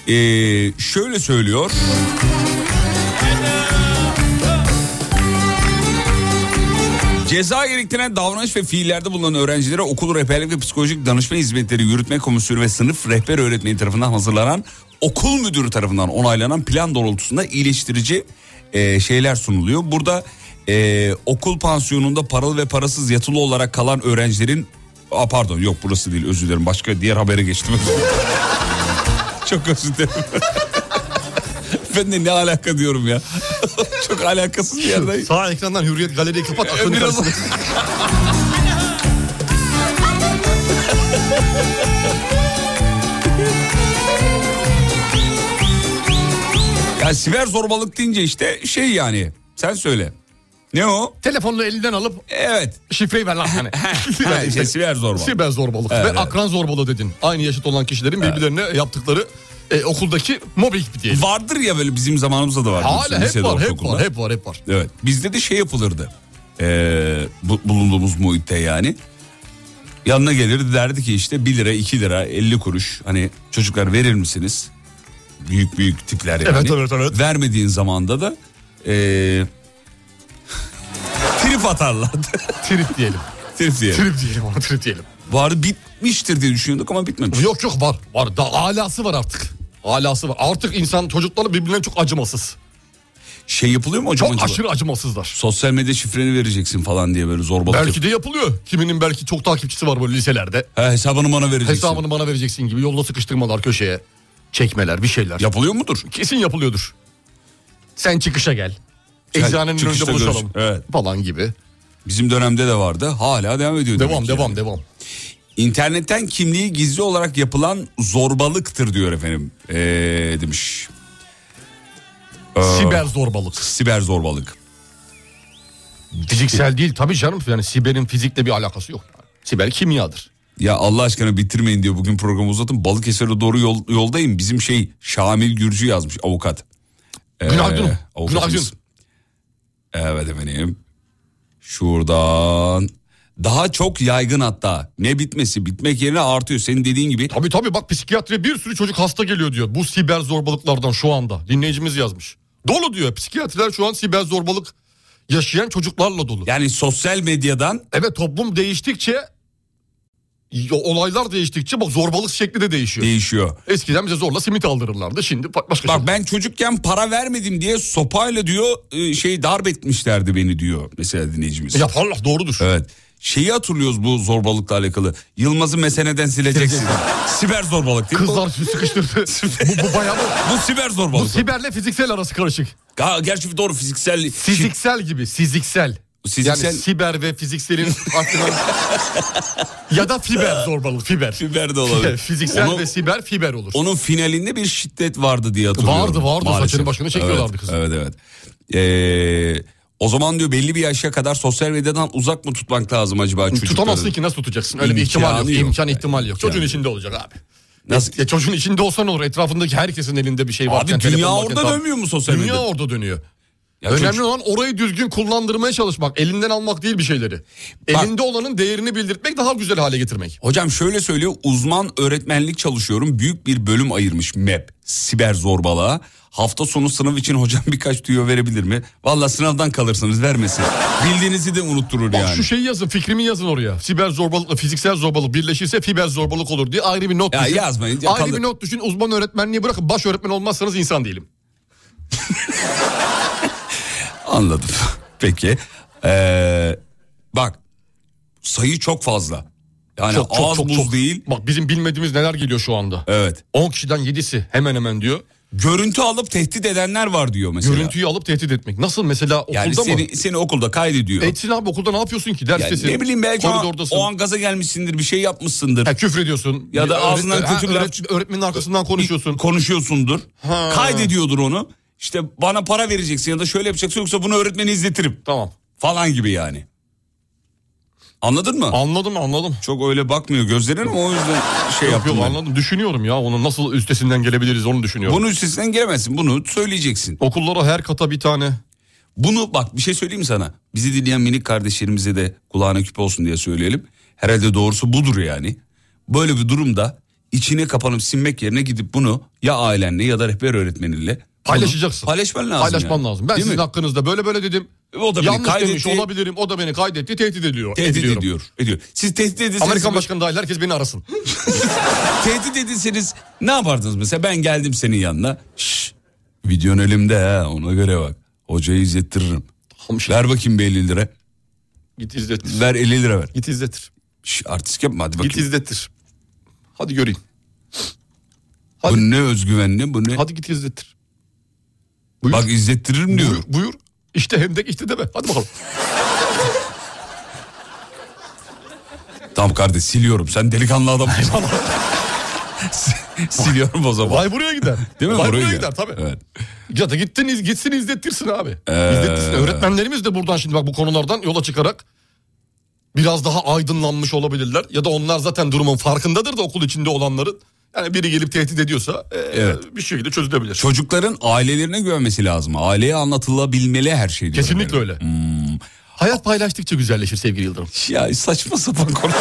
B: Ee, şöyle söylüyor. Ceza gerektiren davranış ve fiillerde bulunan öğrencilere okul rehberlik ve psikolojik danışma hizmetleri yürütme komisyonu ve sınıf rehber öğretmeni tarafından hazırlanan okul müdürü tarafından onaylanan plan doğrultusunda iyileştirici e, şeyler sunuluyor. Burada e, okul pansiyonunda paralı ve parasız yatılı olarak kalan öğrencilerin Aa, pardon yok burası değil özür dilerim başka diğer habere geçtim. Çok özür dilerim. ben de ne alaka diyorum ya. Çok alakasız bir yerden.
C: Sağ ekrandan Hürriyet Galeri'yi kapat.
B: Ee,
C: aklını
B: biraz-
C: karıştır.
B: Ya siber zorbalık deyince işte şey yani. Sen söyle. Ne o?
C: Telefonunu elinden alıp
B: Evet.
C: şifreyi ver lan hani.
B: Ha, işte siber zorbalık.
C: Siber zorbalık
B: Evet,
C: ve
B: evet.
C: akran zorbalığı dedin. Aynı yaşıt olan kişilerin birbirlerine yaptıkları e, okuldaki mobbing diyelim.
B: Vardır ya böyle bizim zamanımızda da vardı.
C: Hala hep
B: lisede,
C: var, hep
B: ortaokulda.
C: var, hep var, hep var.
B: Evet. Bizde de şey yapılırdı. Ee, bu- bulunduğumuz muhitte yani. Yanına gelirdi derdi ki işte 1 lira 2 lira 50 kuruş hani çocuklar verir misiniz? büyük büyük tipler yani.
C: Evet, evet, evet.
B: Vermediğin zamanda da e, trip atarlar.
C: Trip diyelim.
B: trip diyelim.
C: Trip diyelim ona trip diyelim.
B: Var bitmiştir diye düşünüyorduk ama bitmemiş.
C: Yok yok var. Var da alası var artık. Alası var. Artık insan çocukları birbirlerine çok acımasız.
B: Şey yapılıyor mu hocam
C: Çok
B: acaba?
C: aşırı acımasızlar.
B: Sosyal medya şifreni vereceksin falan diye böyle zorbalık.
C: Belki de yapılıyor. Kiminin belki çok takipçisi var böyle liselerde.
B: yap- He, hesabını bana vereceksin.
C: Hesabını bana vereceksin gibi yolda sıkıştırmalar köşeye. Çekmeler bir şeyler.
B: Yapılıyor mudur?
C: Kesin yapılıyordur. Sen çıkışa gel.
B: Sen
C: Eczanenin önünde
B: çıkışta
C: buluşalım.
B: görüş- Evet.
C: Falan gibi.
B: Bizim dönemde de vardı. Hala devam ediyor. demek
C: Devam
B: ki.
C: devam devam.
B: İnternetten kimliği gizli olarak yapılan zorbalıktır diyor efendim. Ee, demiş. Ee,
C: Siber zorbalık.
B: siber zorbalık.
C: Fiziksel değil tabii canım. Yani siberin fizikle bir alakası yok. Siber kimyadır.
B: Ya Allah aşkına bitirmeyin diyor bugün programı uzatın. Balıkesir'e doğru yol, yoldayım. Bizim şey Şamil Gürcü yazmış avukat. Ee,
C: Günaydın.
B: avukatımız.
C: Günaydın.
B: Evet efendim. Şuradan. Daha çok yaygın hatta. Ne bitmesi bitmek yerine artıyor. Senin dediğin gibi
C: Tabii tabii bak psikiyatriye bir sürü çocuk hasta geliyor diyor. Bu siber zorbalıklardan şu anda. Dinleyicimiz yazmış. Dolu diyor. Psikiyatriler şu an siber zorbalık yaşayan çocuklarla dolu.
B: yani sosyal medyadan
C: Evet toplum değiştikçe y- olaylar değiştikçe bak zorbalık şekli de değişiyor.
B: değişiyor.
C: Eskiden bize zorla simit aldırırlardı. Şimdi ba- başka
B: Bak
C: şey.
B: ben çocukken para vermedim diye sopayla diyor e, şey darp etmişlerdi beni diyor mesela dinleyicimiz.
C: E, Yaparlar doğrudur.
B: Evet. Şeyi hatırlıyoruz bu zorbalıkla alakalı. Yılmaz'ı meseneden sileceksin. siber zorbalık değil mi?
C: Kızlar sıkıştırdı. bu, bu bayağı bu.
B: Bu siber
C: Bu
B: zorbalık.
C: siberle fiziksel arası karışık.
B: Ha, gerçi doğru fiziksel.
C: Fiziksel gibi, fiziksel.
B: Fiziksel-
C: Yani siber ve fizikselin farklı- ya da fiber zorbalık, fiber.
B: Fiber de olabilir.
C: fiziksel
B: Onu-
C: ve siber fiber olur.
B: Onun finalinde bir şiddet vardı diye hatırlıyorum.
C: Vardı, vardı.
B: Maalesef.
C: Saçını başını çekiyorlardı
B: evet,
C: kızın.
B: Evet evet. Ee, o zaman diyor belli bir yaşa kadar sosyal medyadan uzak mı tutmak lazım acaba çocukları?
C: Tutamazsın ki nasıl tutacaksın? Öyle bir ihtimal yok.
B: İmkanı yok.
C: İmkan ihtimal yok. Çocuğun
B: İmkanı
C: içinde olacak abi.
B: Nasıl?
C: Ya çocuğun içinde olsan olur. Etrafındaki herkesin elinde bir şey var.
B: dünya orada dönmüyor mu sosyal
C: Dünya
B: medyada?
C: orada dönüyor.
B: Ya
C: Önemli
B: çocuk-
C: olan orayı düzgün kullandırmaya çalışmak. Elinden almak değil bir şeyleri. Elinde olanın değerini bildirtmek daha güzel hale getirmek.
B: Hocam şöyle söylüyor uzman öğretmenlik çalışıyorum büyük bir bölüm ayırmış MEP siber zorbalığa. Hafta sonu sınav için hocam birkaç tüyo verebilir mi? Valla sınavdan kalırsınız vermesin. Bildiğinizi de unutturur
C: Bak
B: yani.
C: şu şeyi yazın fikrimi yazın oraya. Siber zorbalıkla fiziksel zorbalık birleşirse fiber zorbalık olur diye ayrı bir not
B: Ya
C: düşün.
B: yazmayın, ya
C: ayrı
B: kalır.
C: bir not düşün uzman öğretmenliği bırakın. Baş öğretmen olmazsanız insan değilim.
B: Anladım. Peki. Ee, bak sayı çok fazla. Yani az buz değil.
C: Bak bizim bilmediğimiz neler geliyor şu anda.
B: Evet.
C: 10 kişiden 7'si hemen hemen diyor.
B: Görüntü alıp tehdit edenler var diyor mesela.
C: Görüntüyü alıp tehdit etmek. Nasıl mesela okulda
B: yani
C: mı?
B: seni, seni okulda kaydediyor.
C: Etsin abi okulda ne yapıyorsun ki?
B: Yani
C: Derstesin.
B: ne bileyim belki o an,
C: şey koridordasın.
B: o an gaza gelmişsindir bir şey yapmışsındır.
C: Ha, küfür ediyorsun.
B: Ya da
C: Öğret-
B: ağzından
C: Ha,
B: kötü laf-
C: öğret- Öğretmenin arkasından konuşuyorsun.
B: konuşuyorsundur.
C: Ha.
B: Kaydediyordur onu. İşte bana para vereceksin ya da şöyle yapacaksın yoksa bunu öğretmeni izletirim.
C: Tamam.
B: Falan gibi yani. Anladın mı?
C: Anladım anladım.
B: Çok öyle bakmıyor gözlerin ama o yüzden şey
C: Yok
B: yapıyor.
C: yok anladım. Düşünüyorum ya onu nasıl üstesinden gelebiliriz onu düşünüyorum.
B: Bunu üstesinden gelemezsin. Bunu söyleyeceksin.
C: Okullara her kata bir tane.
B: Bunu bak bir şey söyleyeyim mi sana. Bizi dinleyen minik kardeşlerimize de kulağına küpe olsun diye söyleyelim. Herhalde doğrusu budur yani. Böyle bir durumda içine kapanıp sinmek yerine gidip bunu ya ailenle ya da rehber öğretmeninle
C: Paylaşacaksın.
B: bunu Paylaşman lazım.
C: Paylaşman
B: yani.
C: lazım. Ben
B: Değil mi? E,
C: sizin hakkınızda böyle böyle dedim.
B: O da beni
C: Yanlış demiş
B: kaydetti.
C: olabilirim. O da beni kaydetti. Tehdit ediyor.
B: Tehdit
C: Ediliyorum.
B: ediyor. Ediyor. Siz tehdit edilseniz,
C: Amerikan başkanı dahil herkes beni arasın.
B: tehdit edilseniz ne yapardınız mesela? Ben geldim senin yanına. Şşş, videon elimde ha ona göre bak. Hocayı izlettiririm.
C: Tamam işte.
B: Ver bakayım bir 50 lira.
C: Git izletir.
B: Ver 50 lira ver.
C: Git izletir.
B: Şş, artist yapma hadi
C: Git
B: bakayım.
C: izletir. Hadi göreyim.
B: Bu
C: Hadi.
B: ne özgüvenli bu ne?
C: Hadi git izletir. Buyur.
B: Bak izlettiririm diyor.
C: buyur, buyur. İşte hendek işte deme. Hadi bakalım.
B: Tamam kardeş siliyorum sen delikanlı adamsın. siliyorum o zaman.
C: Vay buraya gider.
B: Değil mi?
C: Vay
B: Buraya
C: buraya
B: gider.
C: gider tabii.
B: Evet. Ee,
C: Ya da gittin, iz- gitsin izlettirsin abi. İzlettirsin. Öğretmenlerimiz de buradan şimdi bak bu konulardan yola çıkarak biraz daha aydınlanmış olabilirler. Ya da onlar zaten durumun farkındadır da okul içinde olanların. Yani biri gelip tehdit ediyorsa e, bir şekilde çözülebilir.
B: Çocukların ailelerine güvenmesi lazım. Aileye anlatılabilmeli her şey. diyorum
C: Kesinlikle
B: yani. Hmm.
C: öyle. Hayat paylaştıkça güzelleşir sevgili Yıldırım.
B: Ya saçma sapan konuşma.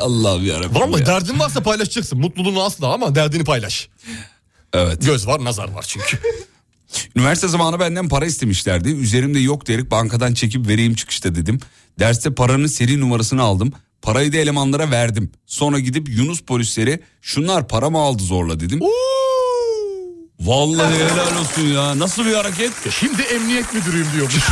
B: Allah'ım yarabbim
C: Vallahi
B: ya.
C: derdin varsa paylaşacaksın. Mutluluğunu asla ama derdini paylaş.
B: Evet.
C: Göz var nazar var çünkü.
B: Üniversite zamanı benden para istemişlerdi. Üzerimde yok diyerek bankadan çekip vereyim çıkışta dedim. Derste paranın seri numarasını aldım. Parayı da elemanlara verdim. Sonra gidip Yunus polisleri şunlar para mı aldı zorla dedim. Vallahi helal olsun ya. Nasıl bir hareket?
C: Şimdi emniyet müdürüyüm diyormuş.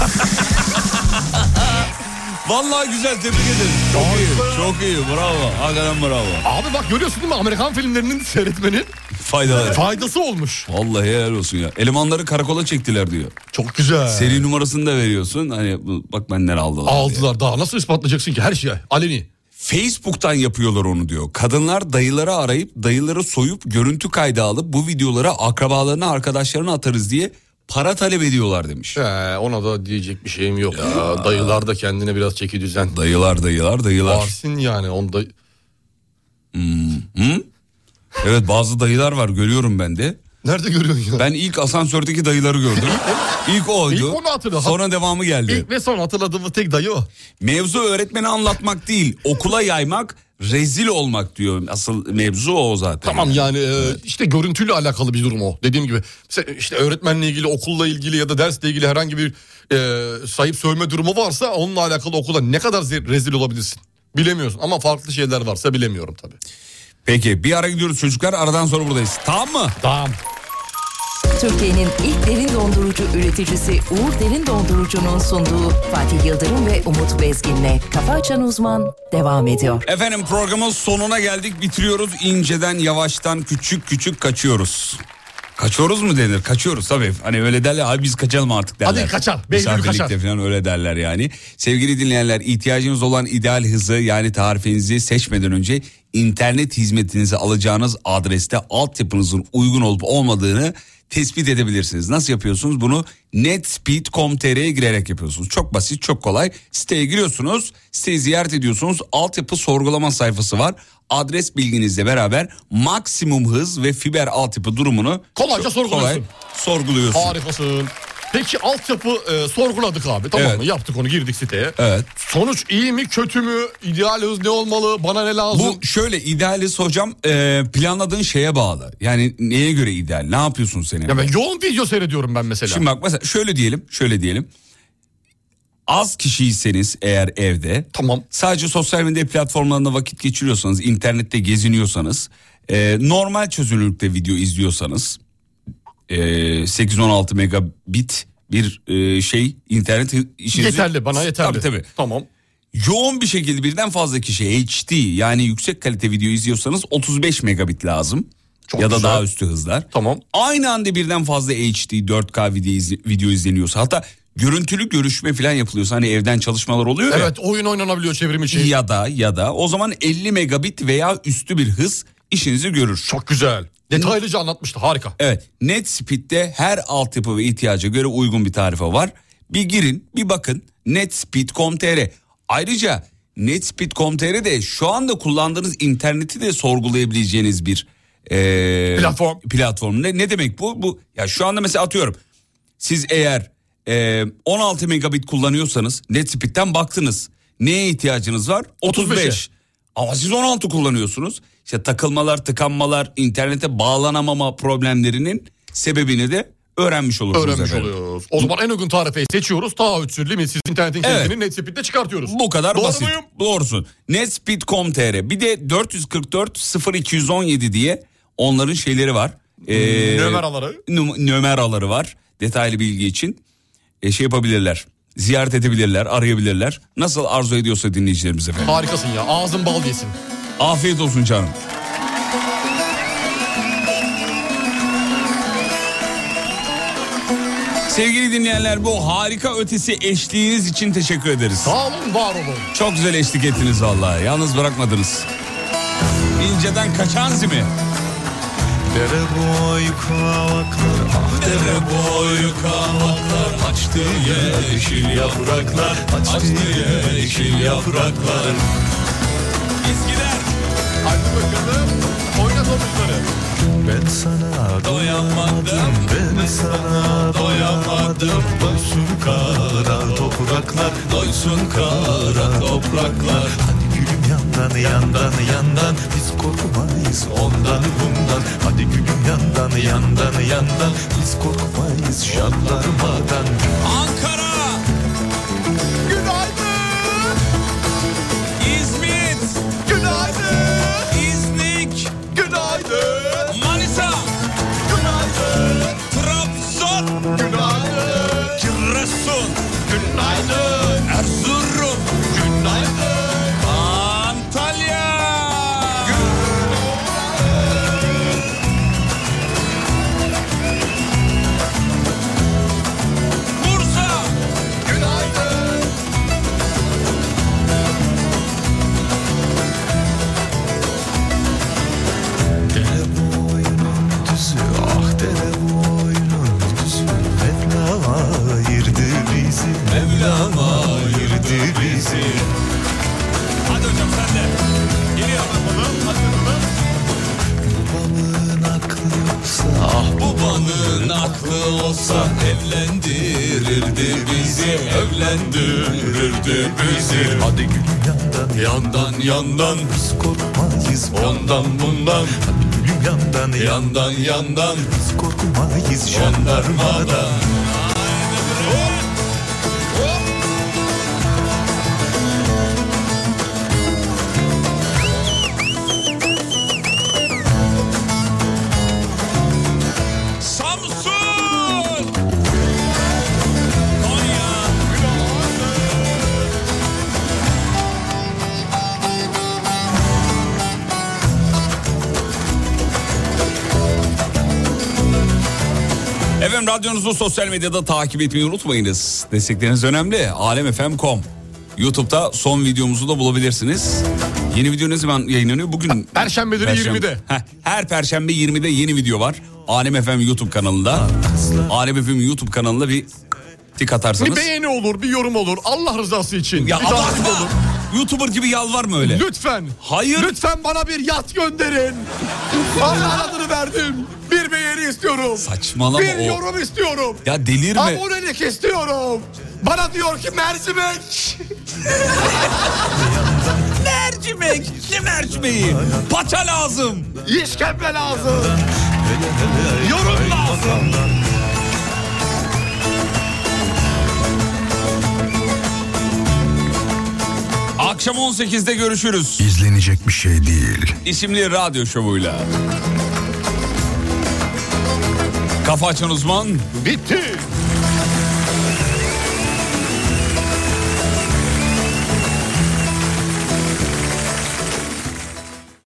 B: Vallahi güzel tebrik ederim. Çok iyi. Çok iyi. Bravo. Hakikaten bravo.
C: Abi bak görüyorsun değil mi Amerikan filmlerinin seyretmenin
B: Faydalı.
C: faydası olmuş.
B: Vallahi helal olsun ya. Elemanları karakola çektiler diyor.
C: Çok güzel.
B: Seri numarasını da veriyorsun. Hani bu- bak benden aldılar. diye.
C: Aldılar daha nasıl ispatlayacaksın ki her şey aleni.
B: Facebook'tan yapıyorlar onu diyor. Kadınlar dayıları arayıp dayıları soyup görüntü kaydı alıp bu videolara akrabalarına arkadaşlarına atarız diye para talep ediyorlar demiş.
C: He, ona da diyecek bir şeyim yok ya. Dayılar da kendine biraz çeki düzen.
B: Dayılar dayılar dayılar. Hmm,
C: Varsin yani onda.
B: Evet bazı dayılar var görüyorum ben de.
C: Nerede görüyorsun ya?
B: Ben ilk asansördeki dayıları gördüm. İlk oydu.
C: İlk onu hatırladım.
B: Sonra devamı geldi.
C: İlk ve son hatırladığımız tek dayı o.
B: Mevzu öğretmeni anlatmak değil okula yaymak rezil olmak diyor. Asıl mevzu o zaten.
C: Tamam yani e, işte görüntüyle alakalı bir durum o. Dediğim gibi se- işte öğretmenle ilgili, okulla ilgili ya da dersle ilgili herhangi bir e, sayıp sövme durumu varsa onunla alakalı okula ne kadar ze- rezil olabilirsin. Bilemiyorsun ama farklı şeyler varsa bilemiyorum tabii.
B: Peki bir ara gidiyoruz çocuklar aradan sonra buradayız. Tamam mı?
C: Tamam.
F: Türkiye'nin ilk derin dondurucu üreticisi Uğur Derin Dondurucu'nun sunduğu Fatih Yıldırım ve Umut Bezgin'le Kafa Açan Uzman devam ediyor.
B: Efendim programın sonuna geldik. Bitiriyoruz. İnceden, yavaştan, küçük küçük kaçıyoruz. Kaçıyoruz mu denir? Kaçıyoruz tabii. Hani öyle derler abi biz kaçalım artık derler.
C: Hadi kaçar, beygir
B: Misafirlikte
C: kaçar.
B: falan öyle derler yani. Sevgili dinleyenler ihtiyacınız olan ideal hızı yani tarifinizi seçmeden önce internet hizmetinizi alacağınız adreste altyapınızın uygun olup olmadığını tespit edebilirsiniz. Nasıl yapıyorsunuz? Bunu netspeed.com.tr'ye girerek yapıyorsunuz. Çok basit, çok kolay. Siteye giriyorsunuz, siteyi ziyaret ediyorsunuz. Altyapı sorgulama sayfası var. Adres bilginizle beraber maksimum hız ve fiber altyapı durumunu
C: Kolayca
B: çok
C: sorguluyorsun.
B: sorguluyorsunuz.
C: Harikasın. Peki altyapı e, sorguladık abi tamam
B: Evet.
C: mı? Yaptık onu girdik siteye.
B: Evet.
C: Sonuç iyi mi kötü mü? İdeal hız ne olmalı? Bana ne lazım?
B: Bu şöyle idealist hocam e, planladığın şeye bağlı. Yani neye göre ideal? Ne yapıyorsun senin?
C: Ya ben yoğun video seyrediyorum ben mesela.
B: Şimdi bak mesela şöyle diyelim, şöyle diyelim. Az kişiyseniz eğer evde
C: Tamam.
B: sadece sosyal medya platformlarında vakit geçiriyorsanız, internette geziniyorsanız, e, normal çözünürlükte video izliyorsanız e, 8-16 megabit bir e, şey internet işinizi...
C: Yeterli bana yeterli.
B: Tabii tabii
C: Tamam.
B: yoğun bir şekilde birden fazla kişi HD yani yüksek kalite video izliyorsanız 35 megabit lazım.
C: Çok
B: ya da
C: güzel.
B: daha üstü hızlar.
C: Tamam.
B: Aynı anda birden fazla HD 4K video, izle- video izleniyorsa hatta görüntülü görüşme falan yapılıyorsa hani evden çalışmalar oluyor ya.
C: Evet oyun oynanabiliyor şey. çevrim içi.
B: Ya da ya da o zaman 50 megabit veya üstü bir hız işinizi görür.
C: Çok güzel. Detaylıca anlatmıştı harika.
B: Evet NetSpeed'de her altyapı ve ihtiyaca göre uygun bir tarife var. Bir girin bir bakın netspeed.com.tr. Ayrıca netspeed.com.tr de şu anda kullandığınız interneti de sorgulayabileceğiniz bir eee,
C: Platform.
B: platform. Ne, ne demek bu? Bu ya şu anda mesela atıyorum siz eğer eee, 16 megabit kullanıyorsanız NetSpeed'den baktınız. Neye ihtiyacınız var? 35.
C: 35'e.
B: Ama siz 16 kullanıyorsunuz. İşte takılmalar, tıkanmalar, internete bağlanamama problemlerinin sebebini de öğrenmiş olursunuz.
C: Öğrenmiş
B: efendim.
C: oluyoruz. O zaman en uygun tarifeyi seçiyoruz. Taahhütsüz, limitsiz internetin
B: Evet.
C: kendini NetSpeed'de çıkartıyoruz.
B: Bu kadar
C: Doğru
B: basit.
C: muyum?
B: Doğrusun. Netspeed.com.tr bir de 444 0217 diye onların şeyleri var. Ee,
C: Numaraları.
B: num- numaraları var. Detaylı bilgi için e, şey yapabilirler. Ziyaret edebilirler, arayabilirler. Nasıl arzu ediyorsa dinleyicilerimiz efendim.
C: Harikasın ya. Ağzın bal yesin.
B: Afiyet olsun canım. Sevgili dinleyenler bu harika ötesi eşliğiniz için teşekkür ederiz.
C: Sağ olun, var olun.
B: Çok güzel eşlik ettiniz vallahi. Yalnız bırakmadınız. İnceden kaçan zimi.
G: Dere boy kavaklar, ah dere boy kavaklar Açtı yeşil yapraklar, açtı yeşil yapraklar
B: Eskiler
C: Hadi bakalım. Oynat omuzları.
G: Ben sana doyamadım, ben sana doyamadım Doysun kara topraklar, doysun kara topraklar Hadi gülüm yap
L: yandan yandan yandan Biz korkmayız ondan bundan Hadi gülüm yandan yandan yandan Biz korkmayız jandarmadan
A: Ankara. Günaydın. İzmit. Günaydın. İznik. Günaydın. Manisa. Günaydın. Trabzon. Günaydın. Giresun. Günaydın. Erzurum. Günaydın. Antalya. Bursa. Günaydın.
L: Dere boyunun düzü ah dere boyunun düzü Mevlam ayırdı bizi Mevlam ayırdı bizi
A: Hadi hocam sen de. Geliyor bak bunu. Hadi bunu.
L: Babamın aklı yoksa ah
A: Babanın aklı olsa evlendirirdi bizi Evlendirirdi bizi Hadi gül yandan yandan yandan Biz korkmayız ondan bundan Hadi
L: gülüm yandan
A: yandan yandan
L: Biz korkmayız
A: jandarmadan Samsun!
B: Efendim radyonuzu sosyal medyada takip etmeyi unutmayınız. Destekleriniz önemli. Alemfm.com YouTube'da son videomuzu da bulabilirsiniz. Yeni video ne zaman yayınlanıyor? Bugün
C: Perşembe günü 20'de.
B: Heh, her perşembe 20'de yeni video var. Alem FM YouTube kanalında. Alem FM YouTube kanalında bir tik
C: Bir
B: atarsanız.
C: beğeni olur, bir yorum olur. Allah rızası için.
B: Ya
C: bir
B: abartma.
C: takip olur.
B: YouTuber gibi yalvarma öyle.
C: Lütfen.
B: Hayır.
C: Lütfen bana bir yat gönderin. Allah adını verdim. Bir beğeni istiyorum.
B: Saçmalama
C: Bir
B: o.
C: yorum istiyorum.
B: Ya delirme.
C: Abonelik istiyorum. Bana diyor ki mercimek.
B: mercimek. Ne mercimeği? Paça lazım.
C: İşkembe lazım.
A: Yorum lazım.
B: Akşam 18'de görüşürüz.
M: İzlenecek bir şey değil.
B: İsimli radyo şovuyla. Kafa açan uzman.
C: Bitti.